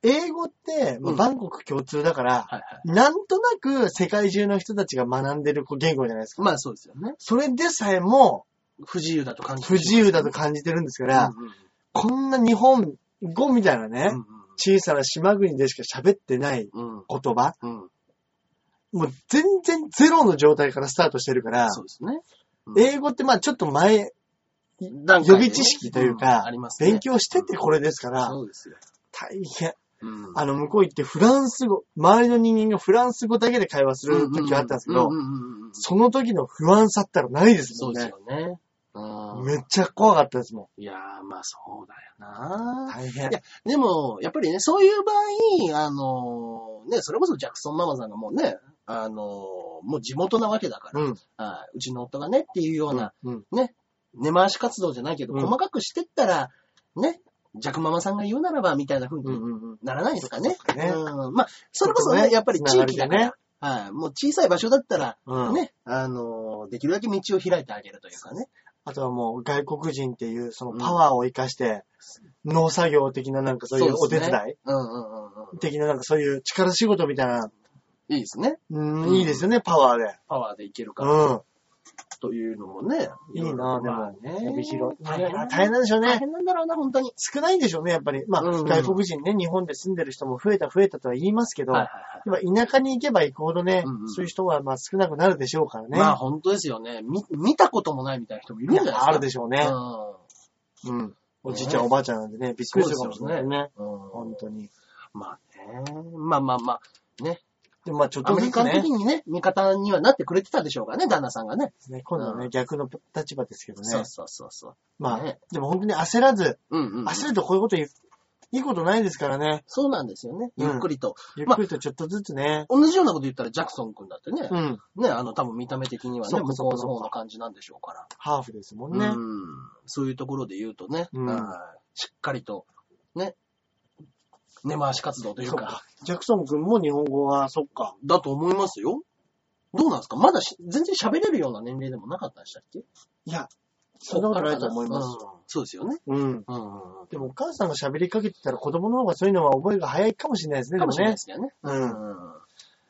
[SPEAKER 3] 英語って、まあ
[SPEAKER 1] うん
[SPEAKER 3] バンコク共通だから、
[SPEAKER 1] はい。
[SPEAKER 3] なんとなく世界中の人たちが学んでるこう言語じゃないですか。
[SPEAKER 1] まあそうですよね。
[SPEAKER 3] それでさえも
[SPEAKER 1] 不自由だと感じて
[SPEAKER 3] 不自由だと感じてるんですから、
[SPEAKER 1] うんうん
[SPEAKER 3] こんな日本語みたいなね、
[SPEAKER 1] うん
[SPEAKER 3] 小さな島国でしか喋ってない
[SPEAKER 1] うんうん。
[SPEAKER 3] 言葉、
[SPEAKER 1] うん。うん。
[SPEAKER 3] もう全然ゼロの状態からスタートしてるから、
[SPEAKER 1] そうですね。うん
[SPEAKER 3] 英語ってまあちょっと前、
[SPEAKER 1] 予
[SPEAKER 3] 予備知識というか、
[SPEAKER 1] ありますね。
[SPEAKER 3] 勉強しててこれですから、
[SPEAKER 1] そうですよ。
[SPEAKER 3] 大変。
[SPEAKER 1] うん
[SPEAKER 3] あの、向こう行ってフランス語、周りの人間がフランス語だけで会話する時があったんですけど
[SPEAKER 1] う、んうんうんうん
[SPEAKER 3] その時の不安さったらないです
[SPEAKER 1] そう
[SPEAKER 3] も
[SPEAKER 1] んです
[SPEAKER 3] ね。
[SPEAKER 1] よね。うん
[SPEAKER 3] めっちゃ怖かったですも。。
[SPEAKER 1] いやー、まあそうだよなん
[SPEAKER 3] 大変
[SPEAKER 1] い。や、でも、やっぱりね、そういう場合、あのーね、それこそジャクソンママさんがもうね、あのーもう地元なわけだから、
[SPEAKER 3] うん。
[SPEAKER 1] あーうちの夫がねっていうような、
[SPEAKER 3] うん。
[SPEAKER 1] 根回し活動じゃないけど、
[SPEAKER 3] うん
[SPEAKER 1] 細かくしてったら、ね、ジャクママさんが言うならば、みたいな風
[SPEAKER 3] うん
[SPEAKER 1] に
[SPEAKER 3] うんうん。
[SPEAKER 1] ならないですかね。
[SPEAKER 3] そうですね
[SPEAKER 1] うん。まあ、それこそ
[SPEAKER 3] ちょっと
[SPEAKER 1] ね、
[SPEAKER 3] ね
[SPEAKER 1] やっぱり地域だから、
[SPEAKER 3] つながりでね
[SPEAKER 1] はい。もう小さい場所だったら、
[SPEAKER 3] うん
[SPEAKER 1] ね、あのーできるだけ道を開いてあげるというかね。
[SPEAKER 3] あとはもう外国人っていうそのパワーを活かして、農作業的ななんかそういうお
[SPEAKER 1] で
[SPEAKER 3] 手
[SPEAKER 1] す
[SPEAKER 3] 伝
[SPEAKER 1] ね
[SPEAKER 3] い
[SPEAKER 1] うんうんうんう
[SPEAKER 3] 的ななんかそういう力仕事みたいな、
[SPEAKER 1] ん。いいですね。
[SPEAKER 3] うん、いいですよね、パワーで。
[SPEAKER 1] パワーでいけるから。
[SPEAKER 3] うん。
[SPEAKER 1] というのもね。
[SPEAKER 3] いいなでも
[SPEAKER 1] まあね
[SPEAKER 3] 帯広。大
[SPEAKER 1] 大
[SPEAKER 3] 変
[SPEAKER 1] 変
[SPEAKER 3] な
[SPEAKER 1] な
[SPEAKER 3] 大変なんでしょう
[SPEAKER 1] 大
[SPEAKER 3] ね。
[SPEAKER 1] 変なんだろうな、本当に。
[SPEAKER 3] 少ないんでしょうね、やっぱり。まあ、
[SPEAKER 1] うんうん
[SPEAKER 3] 外国人ね、日本で住んでる人も増えた増えたとは言いますけど、
[SPEAKER 1] はいはいはい
[SPEAKER 3] 今田舎に行けば行くほどね、
[SPEAKER 1] うんうん
[SPEAKER 3] そういう人はまあ少なくなるでしょうからね。
[SPEAKER 1] まあ本当ですよね。み、見たこともないみたいな人もいるんじゃないですか。
[SPEAKER 3] あるでしょうね。
[SPEAKER 1] う
[SPEAKER 3] うん。おじいちゃん、おばあちゃんなんでね、びっくりするかもしれないね。
[SPEAKER 1] ん。
[SPEAKER 3] 本当に。
[SPEAKER 1] まあね。まあまあまあ。
[SPEAKER 3] でもまあちょっ
[SPEAKER 1] ア
[SPEAKER 3] と
[SPEAKER 1] メ
[SPEAKER 3] ず
[SPEAKER 1] リ
[SPEAKER 3] つ
[SPEAKER 1] カの
[SPEAKER 3] ね
[SPEAKER 1] 時、にね、味方にはなってくれてたでしょうからね、旦那さんがね。
[SPEAKER 3] ね今度は
[SPEAKER 1] う
[SPEAKER 3] ね、逆の立場ですけど
[SPEAKER 1] そ
[SPEAKER 3] ね
[SPEAKER 1] う。そうそうそう。
[SPEAKER 3] まあ
[SPEAKER 1] ね、
[SPEAKER 3] でも本当に焦らず、
[SPEAKER 1] うんうんうん。
[SPEAKER 3] 焦るとこういうこと言ういいことないですからね。
[SPEAKER 1] そうなんですよね。ゆっくりと。
[SPEAKER 3] ゆっくりとちょっとずつね。
[SPEAKER 1] 同じようなこと言ったらジャクソン君だってね、
[SPEAKER 3] うん。
[SPEAKER 1] ね、あの、多分見た目的にはね、
[SPEAKER 3] そっ
[SPEAKER 1] 向
[SPEAKER 3] かそ
[SPEAKER 1] こう
[SPEAKER 3] っか
[SPEAKER 1] の
[SPEAKER 3] そっか
[SPEAKER 1] 方の感じなんでしょうから。
[SPEAKER 3] ハーフですもん
[SPEAKER 1] う
[SPEAKER 3] ね。
[SPEAKER 1] んそういうところで言うとね、
[SPEAKER 3] うん
[SPEAKER 1] はいしっかりと、ね、根回し活動という
[SPEAKER 3] そっ
[SPEAKER 1] か、
[SPEAKER 3] ジャクソン君も日本語は、そっか。
[SPEAKER 1] だと思いますよ。どうなんですかまだし全然喋れるような年齢でもなかったんでしたっけ
[SPEAKER 3] いや、そんなことないと思います。
[SPEAKER 1] そうですよね。
[SPEAKER 3] うん。
[SPEAKER 1] うんうんうん
[SPEAKER 3] でもお母さんが喋りかけてたら子供の方がそういうのは覚えが早いかもしれないですね。
[SPEAKER 1] かもしれない
[SPEAKER 3] で
[SPEAKER 1] ですよね。
[SPEAKER 3] もね。うん。
[SPEAKER 1] うん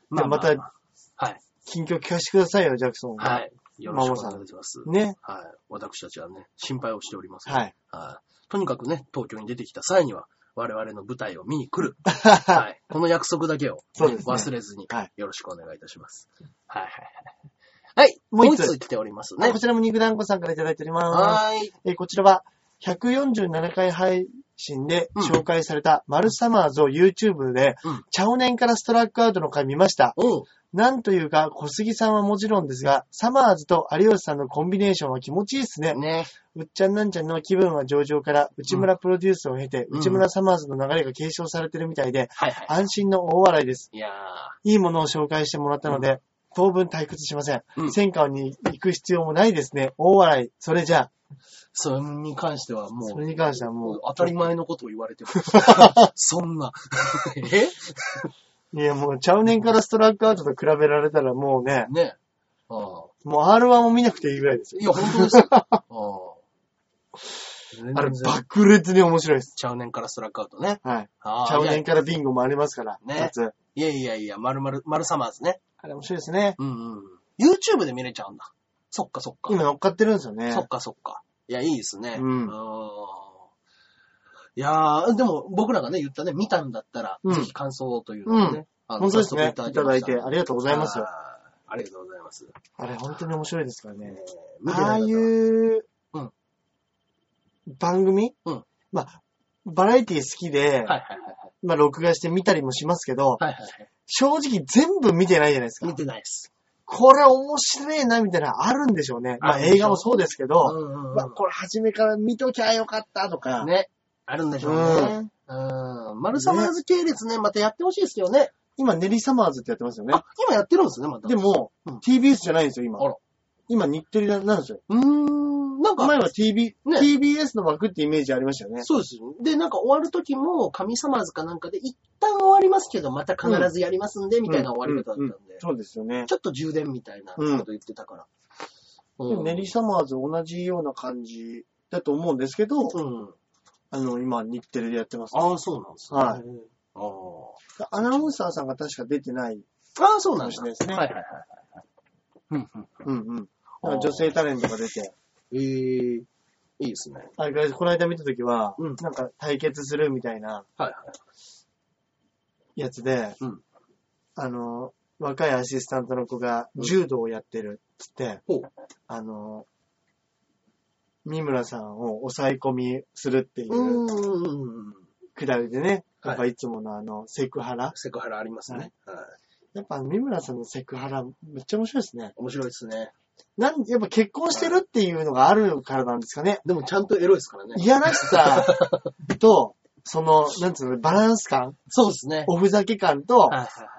[SPEAKER 3] まあまた、
[SPEAKER 1] はい。
[SPEAKER 3] 近況聞かせてくださいよ、ジャクソン。
[SPEAKER 1] はい。よろしくお願いします。
[SPEAKER 3] ね。
[SPEAKER 1] はい。私たちはね、心配をしております。
[SPEAKER 3] はい。
[SPEAKER 1] はい。とにかくね、東京に出てきた際には、我々の舞台を見に 来る。はい。この約束だけを、
[SPEAKER 3] そうですね
[SPEAKER 1] 忘れずに、
[SPEAKER 3] はい
[SPEAKER 1] よろしくお願いいたします。はいはいはい。はい。
[SPEAKER 3] もう
[SPEAKER 1] もう
[SPEAKER 3] 一
[SPEAKER 1] 一
[SPEAKER 3] つ
[SPEAKER 1] 通来ております
[SPEAKER 3] はい
[SPEAKER 1] ね
[SPEAKER 3] こ。ちらも肉団子さんからいただいております。
[SPEAKER 1] はーい。
[SPEAKER 3] えーこちらは、147回配信で紹介されたマルサマーズを YouTube で
[SPEAKER 1] うん、
[SPEAKER 3] チャオネンからストラックアウトの回見ました。
[SPEAKER 1] おう。
[SPEAKER 3] なんというか、小杉さんはもちろんですが、サマーズと有吉さんのコンビネーションは気持ちいいですね。
[SPEAKER 1] ね。
[SPEAKER 3] うっちゃんなんちゃんの気分は上々から、内村プロデュースを経て、
[SPEAKER 1] うん
[SPEAKER 3] 内村サマーズの流れが継承されてるみたいで、
[SPEAKER 1] はいはい。
[SPEAKER 3] 安心の大笑いです。
[SPEAKER 1] いやー。
[SPEAKER 3] いいものを紹介してもらったので、当分退屈しません。
[SPEAKER 1] うん
[SPEAKER 3] 戦艦に行く必要もないですね。大笑い。それじゃあ、
[SPEAKER 1] それに関してはも
[SPEAKER 3] そうれ、に関してはもう。
[SPEAKER 1] 当たり前のことを言われてる。 そんな。え
[SPEAKER 3] いや、もう、チャウネンからストラックアウトと比べられたらもうね、
[SPEAKER 1] ね。ああ。
[SPEAKER 3] もう R1 も見なくていいぐらいですよ。
[SPEAKER 1] いや、本当 ですよ。ああ。
[SPEAKER 3] あれ
[SPEAKER 1] 全、然
[SPEAKER 3] 爆裂に面白いです。
[SPEAKER 1] ちゃうねんからストラックアウトね。
[SPEAKER 3] はい。
[SPEAKER 1] ああ。
[SPEAKER 3] チャウ
[SPEAKER 1] いや
[SPEAKER 3] ネンからビンゴもありますから。
[SPEAKER 1] ね
[SPEAKER 3] 夏
[SPEAKER 1] いやいやいや、まるまる、まるサマーズね。
[SPEAKER 3] あれ面白いですね。
[SPEAKER 1] うんうん。YouTube で見れちゃうんだ。そっかそっか。
[SPEAKER 3] 今乗っかってるんですよね。
[SPEAKER 1] そっかそっか。いや、いいですね。
[SPEAKER 3] うん
[SPEAKER 1] ーいやー、でも僕らがね、言ったね、見たんだったら、
[SPEAKER 3] うん
[SPEAKER 1] ぜひ感想というのをね、あの
[SPEAKER 3] 本当ですね。い
[SPEAKER 1] 早速
[SPEAKER 3] ただいて
[SPEAKER 1] きまし
[SPEAKER 3] ありがとうご
[SPEAKER 1] た
[SPEAKER 3] ざいますよ。
[SPEAKER 1] あーありがとうございます。
[SPEAKER 3] あれ、本当に面白いですからね。
[SPEAKER 1] 見て
[SPEAKER 3] あ
[SPEAKER 1] な
[SPEAKER 3] あ
[SPEAKER 1] い
[SPEAKER 3] い
[SPEAKER 1] 方は
[SPEAKER 3] う
[SPEAKER 1] うん、
[SPEAKER 3] 番組、
[SPEAKER 1] うん
[SPEAKER 3] まあ、バラエティ好きで、
[SPEAKER 1] はいはいはいはい。
[SPEAKER 3] まあ、録画して見たりもしますけど、
[SPEAKER 1] はいはいはい。
[SPEAKER 3] 正直全部見てないじゃないです
[SPEAKER 1] 見
[SPEAKER 3] か。
[SPEAKER 1] てないです。
[SPEAKER 3] これ面白いな、みたいなのあるんでしょうね。ま
[SPEAKER 1] あ
[SPEAKER 3] あ、
[SPEAKER 1] るでしょう
[SPEAKER 3] 映画もそうですけ
[SPEAKER 1] う
[SPEAKER 3] ど、
[SPEAKER 1] んうんうん
[SPEAKER 3] まあ、これ初めから見ときゃよかったとか、
[SPEAKER 1] ね。あるんでしょうね。うん。マルサマーズ系列ね、またやってほしいですよね。
[SPEAKER 3] 今、ネリサマーズってやってますよね。
[SPEAKER 1] あ、今やってるんですね、また。
[SPEAKER 3] でも、
[SPEAKER 1] うん
[SPEAKER 3] TBS じゃないんですよ、今
[SPEAKER 1] あら。今、
[SPEAKER 3] 今、日テレなんですよ。
[SPEAKER 1] うーん、なんか、
[SPEAKER 3] 前は TB、
[SPEAKER 1] ね
[SPEAKER 3] TBS の枠ってイメージありましたよね。
[SPEAKER 1] そうですよ。で、なんか終わる時も、神様図かなんかで、一旦終わりますけど、また必ずやりますんで、みたいな終わり方だったんで、
[SPEAKER 3] そうですよね。
[SPEAKER 1] ちょっと充電みたいなこと言ってたから。
[SPEAKER 3] でもネリーサマーズ同じような感じだと思うんですけど、
[SPEAKER 1] うん。
[SPEAKER 3] あの、今、日テレでやってます。
[SPEAKER 1] ああ、そうなんですね。
[SPEAKER 3] はい
[SPEAKER 1] あー
[SPEAKER 3] アナウンサーさんが確か出てない。
[SPEAKER 1] あー、そうなんです
[SPEAKER 3] そうですね
[SPEAKER 1] はいはいはいはい。うんうん。
[SPEAKER 3] うんうん。
[SPEAKER 1] あー
[SPEAKER 3] 女性タレントが出て。
[SPEAKER 1] ええいいですね。
[SPEAKER 3] あれ、この間見たときは、
[SPEAKER 1] うん
[SPEAKER 3] なんか対決するみたいな
[SPEAKER 1] はいはい。
[SPEAKER 3] やつで、
[SPEAKER 1] うん
[SPEAKER 3] あの、若いアシスタントの子が柔道をやってるっつって、
[SPEAKER 1] ほう。
[SPEAKER 3] あの、三村さんを抑え込みするっていうう
[SPEAKER 1] う
[SPEAKER 3] ん
[SPEAKER 1] んうん。
[SPEAKER 3] くだりでね、
[SPEAKER 1] はい
[SPEAKER 3] やっぱいつものあの、セクハラ。
[SPEAKER 1] セクハラありますね。はい。
[SPEAKER 3] やっぱ三村さんのセクハラ、めっちゃ面白いですね。
[SPEAKER 1] 面白いですね。
[SPEAKER 3] なん、やっぱ結婚してるっていうのがあるからなんですかね。
[SPEAKER 1] でもちゃんとエロいですからね。
[SPEAKER 3] いやらし さと、その、なんつうの、バランス感、
[SPEAKER 1] そうですね。
[SPEAKER 3] おふざけ感と
[SPEAKER 1] はい、はいはいは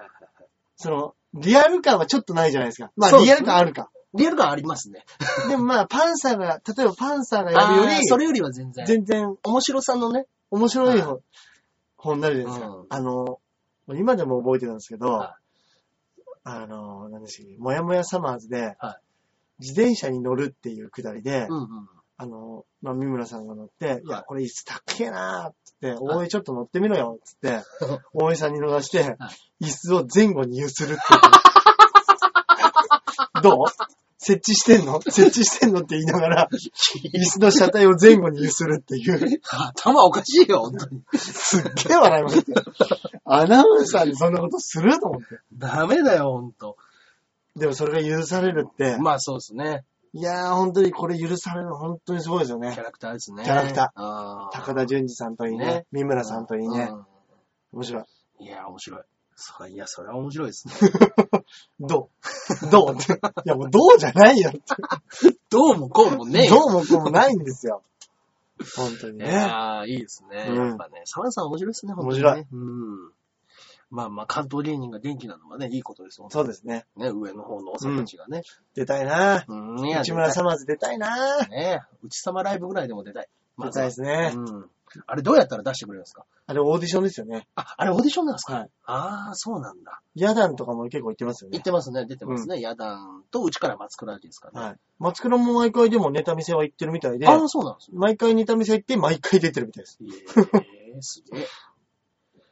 [SPEAKER 1] い。
[SPEAKER 3] その、リアル感はちょっとないじゃないですか。まあ、
[SPEAKER 1] そうです
[SPEAKER 3] リ
[SPEAKER 1] ね
[SPEAKER 3] アル感あるか。
[SPEAKER 1] リアル感ありますね。
[SPEAKER 3] でもまあ、パンサーが、例えばパンサーがやるよ
[SPEAKER 1] ああー、そ
[SPEAKER 3] り、
[SPEAKER 1] れよりは全然。
[SPEAKER 3] 全然
[SPEAKER 1] 面白さのね。
[SPEAKER 3] 面白い方方になるじゃないです
[SPEAKER 1] うん
[SPEAKER 3] か。あの、今でも覚えてるんですけど
[SPEAKER 1] は、
[SPEAKER 3] あの、何でしたっけ、もやもやサマーズで
[SPEAKER 1] は、
[SPEAKER 3] 自転車に乗るっていうくだりで
[SPEAKER 1] う、んうん。
[SPEAKER 3] あの、まあ、三村さんが乗って、い
[SPEAKER 1] は
[SPEAKER 3] や
[SPEAKER 1] い、
[SPEAKER 3] これ椅子高えなーってって、大江ちょっと乗ってみろよっ つって、大江さんに乗らして、椅子を前後に揺するっていう。 どう設置してんの設置してんのって言いなが ら、椅子の車体を前後に揺するっていう、
[SPEAKER 1] 頭おかしいよ、本当 に。
[SPEAKER 3] すっげえ笑いました。アナウンサーにそんなことすると思って。
[SPEAKER 1] ダメだよ、本当。
[SPEAKER 3] でもそれが許されるって、
[SPEAKER 1] まあそうですね。
[SPEAKER 3] いやー本当にこれ許されるの本当にすごいですよ
[SPEAKER 1] キ
[SPEAKER 3] ね
[SPEAKER 1] ャ。ラクターですね。
[SPEAKER 3] キャラクタ
[SPEAKER 1] ー。あー
[SPEAKER 3] 高田純次さんといい
[SPEAKER 1] ね
[SPEAKER 3] ね、三村さんといいね、面白い。
[SPEAKER 1] うんいや、面白い。そういや、それは面白いですね。
[SPEAKER 3] どうどう って。いや、もうどうじゃないよって。
[SPEAKER 1] どうもこうもねえ
[SPEAKER 3] ど
[SPEAKER 1] よ。
[SPEAKER 3] うもこうもないんですよ。本当に
[SPEAKER 1] い
[SPEAKER 3] ね。
[SPEAKER 1] やー、いいですね。
[SPEAKER 3] うん
[SPEAKER 1] やっぱね、サナさん面白いですね、本当に、ね。
[SPEAKER 3] 面白い。
[SPEAKER 1] うん。まあまあ、関東芸人が元気なのはね、いいことですもんね。
[SPEAKER 3] そうですね。
[SPEAKER 1] ね、上の方のおさたちがね。
[SPEAKER 3] 出たいな
[SPEAKER 1] うん、いや、
[SPEAKER 3] 内村サマーズ出たいな
[SPEAKER 1] 出たいね。内様ライブぐらいでも出たい。
[SPEAKER 3] 出たいです
[SPEAKER 1] あ
[SPEAKER 3] ね。
[SPEAKER 1] うん。あれどうやったら出してくれるんですか
[SPEAKER 3] あれオーディションですよね。
[SPEAKER 1] あ、あれオーディションなんですか、
[SPEAKER 3] はい。
[SPEAKER 1] ああ、そうなんだ。
[SPEAKER 3] ヤダンとかも結構行ってますよ
[SPEAKER 1] 言っ
[SPEAKER 3] ね。
[SPEAKER 1] てますね、出てますね。ヤダンと、うちから松倉明ですからね。
[SPEAKER 3] はい。松倉も毎回でもネタ見せは行ってるみたいで、
[SPEAKER 1] ああ、そうなんですね。
[SPEAKER 3] 毎回ネタ見せ行って毎回出てるみ たいです。
[SPEAKER 1] えー、すげえ。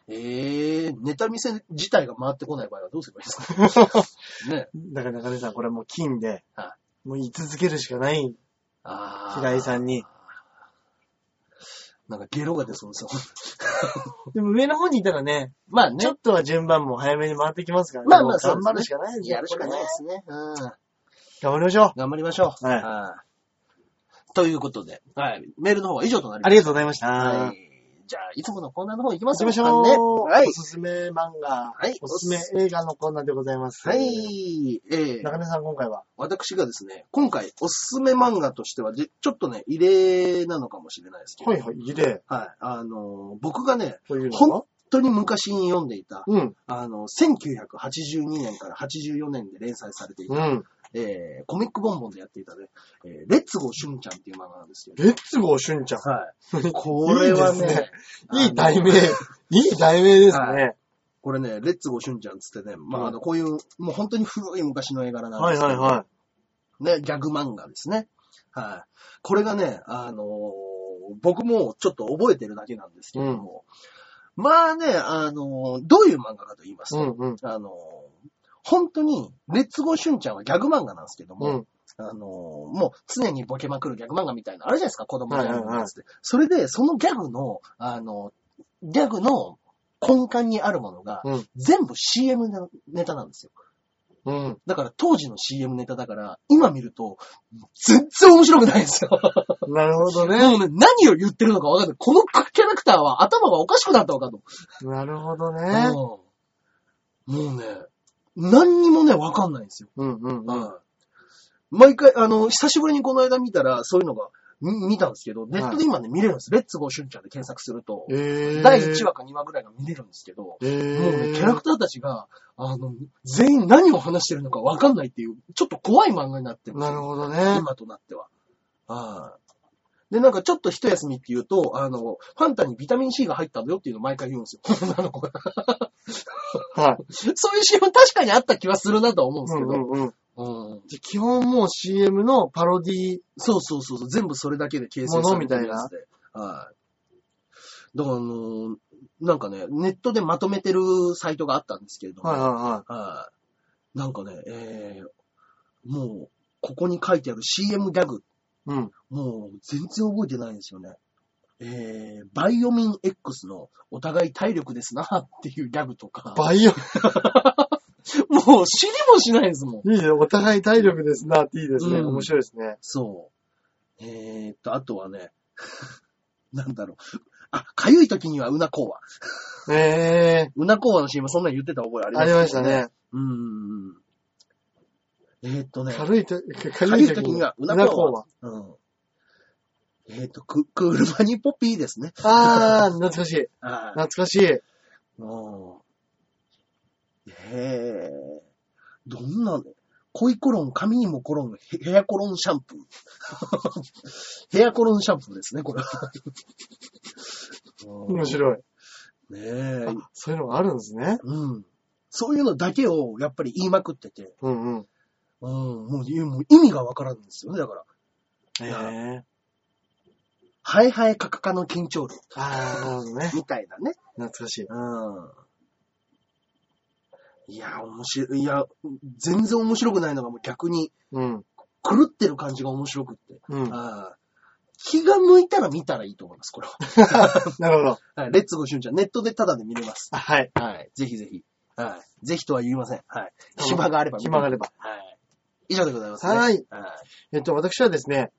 [SPEAKER 1] えー、ネタ見せ自体が回ってこない場合はどうすればいいです かね。
[SPEAKER 3] だから中根さん、これはもう金で
[SPEAKER 1] は、
[SPEAKER 3] もう言い続けるしかない、
[SPEAKER 1] ああ。
[SPEAKER 3] 平井さんに。
[SPEAKER 1] なんかゲロが出そう ですよ。
[SPEAKER 3] でも上の方にいたらね、
[SPEAKER 1] まあね
[SPEAKER 3] ちょ。っとは順番も早めに回ってきますからね。
[SPEAKER 1] まあまあ
[SPEAKER 3] もう頑張
[SPEAKER 1] そうですね
[SPEAKER 3] るしかないですね
[SPEAKER 1] やるしかないですね。うん。
[SPEAKER 3] 頑張りましょう。
[SPEAKER 1] 頑張りましょう。
[SPEAKER 3] はい
[SPEAKER 1] い。ということで、はい。メールの方は以上となり
[SPEAKER 3] あ
[SPEAKER 1] ます。
[SPEAKER 3] りがとうございました。
[SPEAKER 1] は
[SPEAKER 3] 行
[SPEAKER 1] い。じゃあ、いつものコーナーの方行きま
[SPEAKER 3] き
[SPEAKER 1] す
[SPEAKER 3] ましょ
[SPEAKER 1] ね。
[SPEAKER 3] う。
[SPEAKER 1] はい
[SPEAKER 3] お。すすめ漫画、
[SPEAKER 1] はい
[SPEAKER 3] おすすめ映画のコーナーでございます。
[SPEAKER 1] はい。えー
[SPEAKER 3] 中根さん、今回は。
[SPEAKER 1] 私がですね、今回おすすめ漫画としては、じちょっとね、異例なのかもしれないですけど、
[SPEAKER 3] はいはい、いいで、
[SPEAKER 1] はい。あのー、僕がね、
[SPEAKER 3] というの
[SPEAKER 1] 本
[SPEAKER 3] は。
[SPEAKER 1] 当に昔に読んでいた、
[SPEAKER 3] うん、
[SPEAKER 1] あの、1982年から84年で連載されていた、
[SPEAKER 3] うん。
[SPEAKER 1] えー、コミックボンボンでやっていたね、えー、レッツゴーシュンちゃんっていう漫画なんですけど、
[SPEAKER 3] レッツゴーしゅんちゃ
[SPEAKER 1] はい。これはね、
[SPEAKER 3] いいですね
[SPEAKER 1] あ
[SPEAKER 3] ん。
[SPEAKER 1] の
[SPEAKER 3] いい題名。いい題名ですね。
[SPEAKER 1] これね、レッツゴーシュンちゃんっつってね、ま
[SPEAKER 3] う
[SPEAKER 1] あ、
[SPEAKER 3] ん
[SPEAKER 1] あの、こういう、もう本当に古い昔の絵柄なん
[SPEAKER 3] は
[SPEAKER 1] で
[SPEAKER 3] い
[SPEAKER 1] すけど、
[SPEAKER 3] はいは
[SPEAKER 1] ね、ギャグ漫画ですね。はい。これがね、あのー僕もちょっと覚えてるだけなんですけども、まあね、あのーどういう漫画かと言います
[SPEAKER 3] い。う
[SPEAKER 1] と、
[SPEAKER 3] んうん。
[SPEAKER 1] あのー本当に、レッツゴーシュンちゃんはギャグ漫画なんですけど
[SPEAKER 3] う
[SPEAKER 1] も、
[SPEAKER 3] ん。
[SPEAKER 1] あのーもう常にボケまくるギャグ漫画みたいな、あるじゃないですか、子供ギャグのやつって。それで、そのギャグの、あのーギャグの根幹にあるものが、
[SPEAKER 3] うん
[SPEAKER 1] 全部 CM のネタなんですよ。
[SPEAKER 3] うん。
[SPEAKER 1] だから当時の CM ネタだから、今見ると、全然面白くないんですよ。
[SPEAKER 3] なるほどね。
[SPEAKER 1] もうね、何を言ってるのか分かんない。このキャラクターは頭がおかしくなったのかと。
[SPEAKER 3] なるほど
[SPEAKER 1] う
[SPEAKER 3] ね。
[SPEAKER 1] んもうね、何にもね、分かんないんですよ。
[SPEAKER 3] うんうんうん。
[SPEAKER 1] うん毎回、あの、久しぶりにこの間見たら、そういうのが、み見たんですけど、ネットで今ね、見れるんです。レッツゴーシュンちゃんで検索すると、
[SPEAKER 3] えー。
[SPEAKER 1] 第1。話か2話ぐらいが見れるんですけど、
[SPEAKER 3] え
[SPEAKER 1] もうね、
[SPEAKER 3] ー。
[SPEAKER 1] キャラクターたちが、あの、全員何を話してるのか分かんないっていう、ちょっと怖い漫画になってるんです
[SPEAKER 3] なる
[SPEAKER 1] よ。
[SPEAKER 3] ほどね。
[SPEAKER 1] 今となっては。はい。で、なんかちょっと一休みって言うと、あの、ファンタにビタミン C が入ったんだよっていうのを毎回言うんですよ。 女の子が。
[SPEAKER 3] はい。
[SPEAKER 1] そういう CM 確かにあった気はするなとは思うんです
[SPEAKER 3] う
[SPEAKER 1] け
[SPEAKER 3] んう
[SPEAKER 1] ど。
[SPEAKER 3] んうん。
[SPEAKER 1] うん
[SPEAKER 3] じゃ基本もう CM のパロディ
[SPEAKER 1] そうそうそうそう、全部それだけで形成されてるやつで。はい。だから、あのーなんかね、ネットでまとめてるサイトがあったんですけれども、
[SPEAKER 3] はいは
[SPEAKER 1] はい。なんかね、えー、もう、ここに書いてある CM ギャグ、
[SPEAKER 3] いはい。うん。
[SPEAKER 1] もう全然覚えてないんですよね。えー、バイオミン X のお互い体力ですなっていうギャグとか、
[SPEAKER 3] バイオ、
[SPEAKER 1] もう知りもしないですもん。
[SPEAKER 3] いいね。お互い体力ですなっていいですね。
[SPEAKER 1] うん
[SPEAKER 3] 面白いですね。
[SPEAKER 1] そう。えー、っと、あとはね、 なんだろう。あ、かゆい時にはうなこうわ。
[SPEAKER 3] え
[SPEAKER 1] うなこうわの CM そんなん言ってた覚えあ
[SPEAKER 3] ー。
[SPEAKER 1] り
[SPEAKER 3] あ
[SPEAKER 1] ます
[SPEAKER 3] りました。ね。
[SPEAKER 1] うーん。えー、っとね、
[SPEAKER 3] 軽いと、
[SPEAKER 1] か
[SPEAKER 3] 軽
[SPEAKER 1] ゆ
[SPEAKER 3] い
[SPEAKER 1] い時
[SPEAKER 3] 時
[SPEAKER 1] に
[SPEAKER 3] に
[SPEAKER 1] は
[SPEAKER 3] は、
[SPEAKER 1] う
[SPEAKER 3] う
[SPEAKER 1] な
[SPEAKER 3] な
[SPEAKER 1] こ
[SPEAKER 3] こ
[SPEAKER 1] うわ
[SPEAKER 3] うわ。。
[SPEAKER 1] うん。えー、っと、く、クールマニポピーですね。
[SPEAKER 3] あー、懐かしい。
[SPEAKER 1] あ
[SPEAKER 3] 懐かしい。
[SPEAKER 1] もう、へえ、どんな、恋コロン、髪にもコロン、ヘヘアコロンシャンプー。 ヘアコロンシャンプーですね、これは。
[SPEAKER 3] 面白い。
[SPEAKER 1] い。ねえ
[SPEAKER 3] あ、そういうのがあるんですね。
[SPEAKER 1] うん。そういうのだけをやっぱり言いまくってて、
[SPEAKER 3] うんうん。
[SPEAKER 1] うん、もうもう意味がわからんんですよね、だから。
[SPEAKER 3] えー。
[SPEAKER 1] ハイハイカカカの緊張力
[SPEAKER 3] あー、なるほどね。
[SPEAKER 1] みたいなね。
[SPEAKER 3] 懐かしい。
[SPEAKER 1] うん。いや、面白い。いや、全然面白くないのがもう逆に
[SPEAKER 3] うん。
[SPEAKER 1] 狂ってる感じが面白くって。
[SPEAKER 3] うん。
[SPEAKER 1] ああ気が向いたら見たらいいと思います、これ は。
[SPEAKER 3] なるほど。
[SPEAKER 1] はい、レッツゴーシュンちゃん、ネットでタダで見れます。
[SPEAKER 3] あはい。
[SPEAKER 1] はい、ぜひぜひ。はい、ぜひとは言いません。はい。
[SPEAKER 3] うん
[SPEAKER 1] 暇があれば見て
[SPEAKER 3] 暇があれば。
[SPEAKER 1] はい。以上でございます、
[SPEAKER 3] はい。
[SPEAKER 1] は
[SPEAKER 3] えっと、私はですね、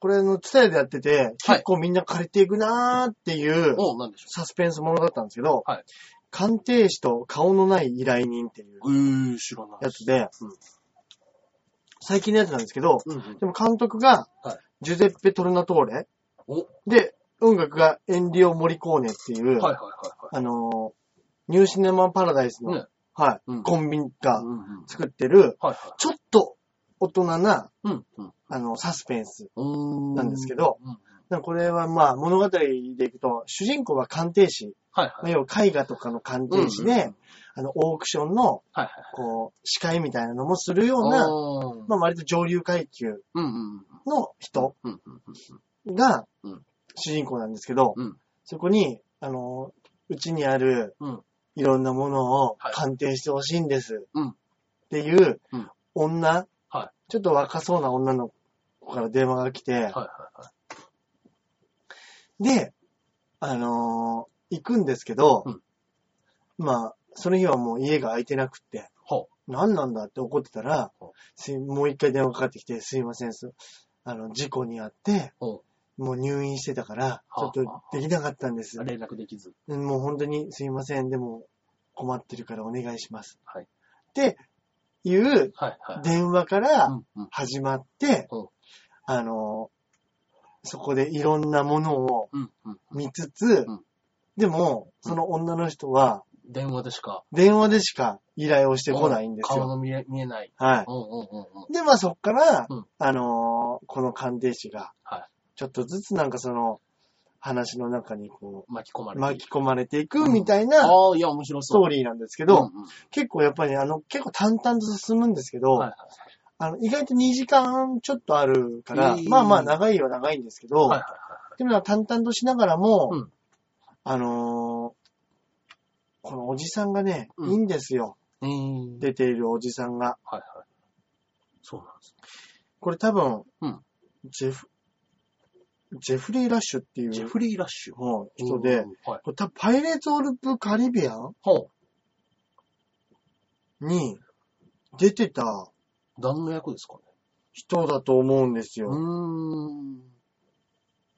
[SPEAKER 3] これ、あの、ツタヤでやってて、結構みんな借りていくなーっていう、
[SPEAKER 1] おう、なんでしょ
[SPEAKER 3] サスペンスものだったんですけど、
[SPEAKER 1] はい
[SPEAKER 3] 鑑定士と顔のない依頼人っていう
[SPEAKER 1] う。うー、知らない。
[SPEAKER 3] やつで、
[SPEAKER 1] うん
[SPEAKER 3] 最近のやつなんですけど、
[SPEAKER 1] うんうん。
[SPEAKER 3] でも監督が
[SPEAKER 1] はい、
[SPEAKER 3] ジュゼッペ・トルナトーレ
[SPEAKER 1] お、はい
[SPEAKER 3] で、音楽がエンリオ・モリコーネっていう、
[SPEAKER 1] はいはいは
[SPEAKER 3] あのーニューシネマ・パラダイスの、
[SPEAKER 1] ね
[SPEAKER 3] はい、
[SPEAKER 1] うん
[SPEAKER 3] コンビニ
[SPEAKER 1] い。
[SPEAKER 3] が
[SPEAKER 1] うんうん
[SPEAKER 3] 作ってる、
[SPEAKER 1] はいは
[SPEAKER 3] ちょっと大人な、
[SPEAKER 1] い。うんうん
[SPEAKER 3] あの、サスペンス。
[SPEAKER 1] うーん。
[SPEAKER 3] なんですけど
[SPEAKER 1] うんうん、
[SPEAKER 3] なんかこれはまあ物語でいくと、主人公は鑑定士、
[SPEAKER 1] はい
[SPEAKER 3] ま
[SPEAKER 1] は
[SPEAKER 3] あ
[SPEAKER 1] い。
[SPEAKER 3] 要は絵画とかの鑑定士で、
[SPEAKER 1] うんうんうん
[SPEAKER 3] あの、オークションの、
[SPEAKER 1] はいはい。
[SPEAKER 3] こう、司会みたいなのもするような、
[SPEAKER 1] おー
[SPEAKER 3] まあ割と上流階級
[SPEAKER 1] うんうんうん。
[SPEAKER 3] の人
[SPEAKER 1] うんうんうん
[SPEAKER 3] が
[SPEAKER 1] うん
[SPEAKER 3] 主人公なんですけど、
[SPEAKER 1] うん
[SPEAKER 3] そこに、あの、うちにある
[SPEAKER 1] うん、
[SPEAKER 3] いろんなものを
[SPEAKER 1] はい
[SPEAKER 3] 鑑定してほしいんです
[SPEAKER 1] うん。
[SPEAKER 3] っていう
[SPEAKER 1] うん、
[SPEAKER 3] 女、
[SPEAKER 1] は
[SPEAKER 3] ちょっと若そうな女の子から電話が来て、
[SPEAKER 1] はいはいはい。
[SPEAKER 3] で、あのー行くんですけど、
[SPEAKER 1] うん
[SPEAKER 3] まあ、その日はもう家が空いてなくって、
[SPEAKER 1] ほ
[SPEAKER 3] 何なんだって怒ってたら
[SPEAKER 1] ほう、
[SPEAKER 3] すいもう一回電話かかってきて、すいません、すあの、事故にあって、
[SPEAKER 1] う。ほ
[SPEAKER 3] もう入院してたから、ちょ
[SPEAKER 1] は
[SPEAKER 3] っ
[SPEAKER 1] あ
[SPEAKER 3] とできなかったんです
[SPEAKER 1] う。。連絡できず。
[SPEAKER 3] もう本当にすいません、でも困ってるからお願いします。
[SPEAKER 1] はい
[SPEAKER 3] っていう
[SPEAKER 1] はいはい。
[SPEAKER 3] 電話か
[SPEAKER 1] う
[SPEAKER 3] ら
[SPEAKER 1] んうん。
[SPEAKER 3] 始まって
[SPEAKER 1] ほう、
[SPEAKER 3] あの、そこでいろんなものを
[SPEAKER 1] うんうん。
[SPEAKER 3] 見つつ
[SPEAKER 1] うん、
[SPEAKER 3] でも、その女の人は
[SPEAKER 1] 電話でしか。
[SPEAKER 3] 電話でしか依頼をしてこないんです
[SPEAKER 1] 顔
[SPEAKER 3] よ。
[SPEAKER 1] の見え、見えない。
[SPEAKER 3] は
[SPEAKER 1] うんうんうんうん。
[SPEAKER 3] い。で、まあそっから
[SPEAKER 1] うん、
[SPEAKER 3] あの、この鑑定士が
[SPEAKER 1] は、
[SPEAKER 3] ちょっとずつなんかその話の中にこ
[SPEAKER 1] 巻き込ま
[SPEAKER 3] う、
[SPEAKER 1] れ
[SPEAKER 3] 巻
[SPEAKER 1] き
[SPEAKER 3] き込まれていくみたいな
[SPEAKER 1] ああ、いや、面白
[SPEAKER 3] ス
[SPEAKER 1] そ
[SPEAKER 3] ト
[SPEAKER 1] う。
[SPEAKER 3] ーリーなんですけ
[SPEAKER 1] うん
[SPEAKER 3] ど、
[SPEAKER 1] うん
[SPEAKER 3] 結構やっぱりあの、結構淡々と進むんですけど、
[SPEAKER 1] はい
[SPEAKER 3] あの、意外と2時間ちょっとあるから、
[SPEAKER 1] えー
[SPEAKER 3] まあまあ長いは長いんですけど、
[SPEAKER 1] はいはいはい。
[SPEAKER 3] でも淡々としながらも、
[SPEAKER 1] うん
[SPEAKER 3] あのーこのおじさんがね、
[SPEAKER 1] うん
[SPEAKER 3] いいんですよ。
[SPEAKER 1] うーん。
[SPEAKER 3] 出ているおじさんが。
[SPEAKER 1] はいはい。そうなんです。
[SPEAKER 3] これ多分、
[SPEAKER 1] うん
[SPEAKER 3] ジェフ、ジェフリー・ラッシュっていう
[SPEAKER 1] ジェフリー・ラッシュ。
[SPEAKER 3] はい人で、
[SPEAKER 1] うん、はい。
[SPEAKER 3] これ多分パイレーツ・オルプ・カリビアン
[SPEAKER 1] ほ
[SPEAKER 3] に出てた
[SPEAKER 1] う。何の役ですかね。
[SPEAKER 3] 人だと思うんですよ。
[SPEAKER 1] うーん。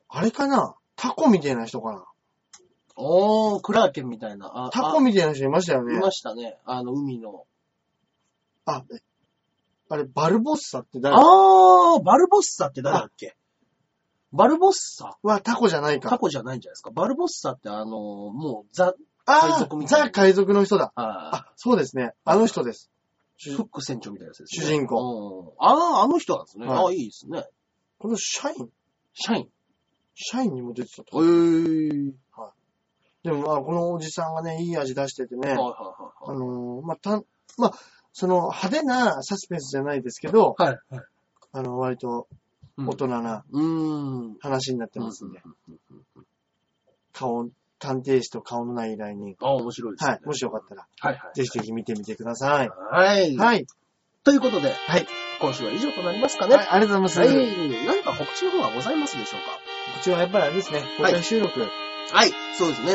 [SPEAKER 3] あれかなタコみたいな人かな
[SPEAKER 1] おー、クラーケンみたいな。あ
[SPEAKER 3] タコみたいな人いましたよ
[SPEAKER 1] あ
[SPEAKER 3] ね
[SPEAKER 1] い。ましたね。あの、海の。
[SPEAKER 3] あ、えあれ、バルボッサって誰
[SPEAKER 1] あー、バルボッサって誰だっけバルボッサ
[SPEAKER 3] はタコじゃない
[SPEAKER 1] タ
[SPEAKER 3] か。
[SPEAKER 1] コじゃないんじゃないですか。バルボッサってあのー、もう、ザ、海
[SPEAKER 3] あ
[SPEAKER 1] 賊
[SPEAKER 3] あ、
[SPEAKER 1] みたいな
[SPEAKER 3] ザ海賊の人だ。
[SPEAKER 1] あー
[SPEAKER 3] あ、そうですね。あの人です。主
[SPEAKER 1] フック船長みたいなやつですね。
[SPEAKER 3] 主人
[SPEAKER 1] 公。ああ、あの人なんですね。
[SPEAKER 3] はい
[SPEAKER 1] ああ、いいですね。
[SPEAKER 3] このシャイン
[SPEAKER 1] 社員。
[SPEAKER 3] シャインにも出てた
[SPEAKER 1] ええ
[SPEAKER 3] と。でも、まあ、このおじさんがね、いい味出しててね
[SPEAKER 1] はいはい、はい
[SPEAKER 3] あ
[SPEAKER 1] はい。
[SPEAKER 3] のーまあ、たん、まあ、その派手なサスペンスじゃないですけど、
[SPEAKER 1] はい、はい。
[SPEAKER 3] あの、割と大人な
[SPEAKER 1] うーん。
[SPEAKER 3] 話になってますんで、
[SPEAKER 1] うんうんうんうん
[SPEAKER 3] 顔、探偵士と顔のない依頼人。
[SPEAKER 1] ああ、面白いですね。
[SPEAKER 3] はい。もしよかったら、
[SPEAKER 1] はいはい。
[SPEAKER 3] ぜひぜひ見てみてください。
[SPEAKER 1] はい。
[SPEAKER 3] はい。
[SPEAKER 1] ということで、
[SPEAKER 3] はい。
[SPEAKER 1] 今週は以上となりますかね。
[SPEAKER 3] はい、ありがとうござ
[SPEAKER 1] はい
[SPEAKER 3] ます。こ
[SPEAKER 1] い。何か告知の方はございますでしょう
[SPEAKER 3] ちらはやっぱりあれですね、公
[SPEAKER 1] は
[SPEAKER 3] 開収録。
[SPEAKER 1] かはい。そうですね。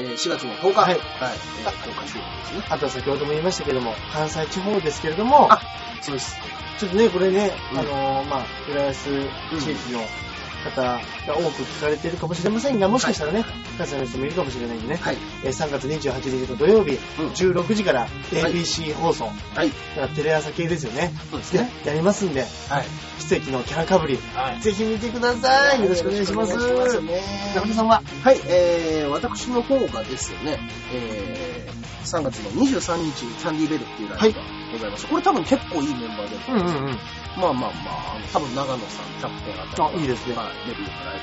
[SPEAKER 1] えー4月の10日。
[SPEAKER 3] はい
[SPEAKER 1] はい。えー公開収録ですね。
[SPEAKER 3] あと先ほども言いましたけども、関西地方ですけれども
[SPEAKER 1] あ、そうです。
[SPEAKER 3] ちょっとね、これね、
[SPEAKER 1] うん
[SPEAKER 3] あのーまあ、浦安地域の方が多く聞かれているかもしれませんが、もしかしたらね、関西の人もいるかもしれないんでね、
[SPEAKER 1] はい。
[SPEAKER 3] えー3月28日の土曜日、
[SPEAKER 1] うん
[SPEAKER 3] 16時から ABC 放送、
[SPEAKER 1] はい。
[SPEAKER 3] だからテレ朝系ですよね、
[SPEAKER 1] そうです
[SPEAKER 3] で
[SPEAKER 1] ね。
[SPEAKER 3] やりますんで、
[SPEAKER 1] はい。
[SPEAKER 3] 奇跡のキャラかぶり、
[SPEAKER 1] はい。
[SPEAKER 3] ぜひ見てください。よろしくお願いします。
[SPEAKER 1] よろ
[SPEAKER 3] 中
[SPEAKER 1] しくお願いし
[SPEAKER 3] 村
[SPEAKER 1] ますね
[SPEAKER 3] さんは、
[SPEAKER 1] はい、えー、私の方がですね、えー、3月の23日にキャンディーベルっていうライブがございました。これ多分結構いいメンバーで、
[SPEAKER 3] うんうんうん。
[SPEAKER 1] まあまあまあ、あの多分長野さん、キャプテンあたりが
[SPEAKER 3] あいいですね
[SPEAKER 1] はい、デビューのライ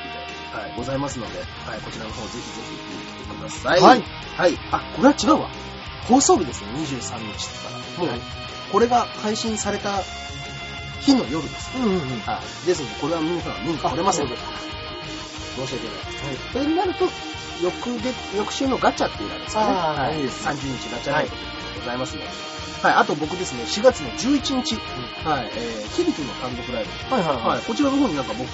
[SPEAKER 1] ブで、はい、ございますので、はい、こちらの方ぜひぜひ見てくださ。
[SPEAKER 3] はいい。
[SPEAKER 1] はい。あ、これは違うわ。放送日ですね、23日って言ったら。もう、
[SPEAKER 3] はい
[SPEAKER 1] これが配信された日の夜です。
[SPEAKER 3] うんうんうん。は
[SPEAKER 1] はい。ですので、これは皆さん、見に来れません。
[SPEAKER 3] あ
[SPEAKER 1] 申し訳ない。それになると、翌月、翌週のガチャっていうのがですかね。
[SPEAKER 3] あー
[SPEAKER 1] はい
[SPEAKER 3] いですね
[SPEAKER 1] 30日ガチャライブでございますね。はい、あと僕ですね、4月の11日、はい、えー、響きの単独ライブ。
[SPEAKER 3] いはいはい。
[SPEAKER 1] はい、こちらの方になんか僕も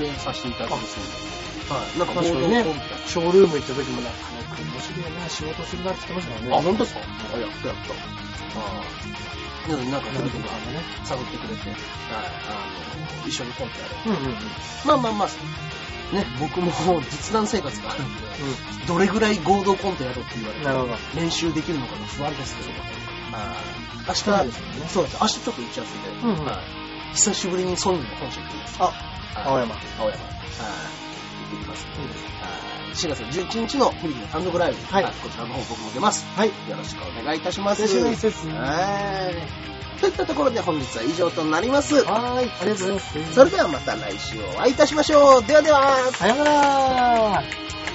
[SPEAKER 1] 出演させていただきますので、はい、なんか
[SPEAKER 3] 確かに
[SPEAKER 1] 合
[SPEAKER 3] ね
[SPEAKER 1] 同コンビだ
[SPEAKER 3] ショールーム行った時もなんかね、これ面白いな、仕事するなって言ってました
[SPEAKER 1] あ、本
[SPEAKER 3] もんね。
[SPEAKER 1] 当ですかあ、やったやった。ああ。なので、なんか響きの
[SPEAKER 3] のね。
[SPEAKER 1] 探ってくれて、はい、あの、一緒にコントやろう。
[SPEAKER 3] うんうんうん。
[SPEAKER 1] まあまあまあ、ね、僕も実弾生活があるんで、どれぐらい合同コントやろうって言われて、
[SPEAKER 3] なるほど。
[SPEAKER 1] 練習できるのかが不安ですけど、あー明日、
[SPEAKER 3] そうですよね
[SPEAKER 1] そうです。明日ちょっと打ち合わせで、
[SPEAKER 3] うんうん
[SPEAKER 1] はい久しぶりにソニーの本社に行きます。
[SPEAKER 3] あ、青山。
[SPEAKER 1] 青山。はいっていきます。あー4月11日のフリーの単独ライブ、
[SPEAKER 3] はい
[SPEAKER 1] あこちらの方僕も出ます。
[SPEAKER 3] はい。
[SPEAKER 1] よろしくお願いいたします。
[SPEAKER 3] よろしくお願いします。
[SPEAKER 1] はい。といったところで本日は以上となります。
[SPEAKER 3] はーい。ありがとうございます。
[SPEAKER 1] それではまた来週お会いいたしましょう。ではでは。
[SPEAKER 3] さよなら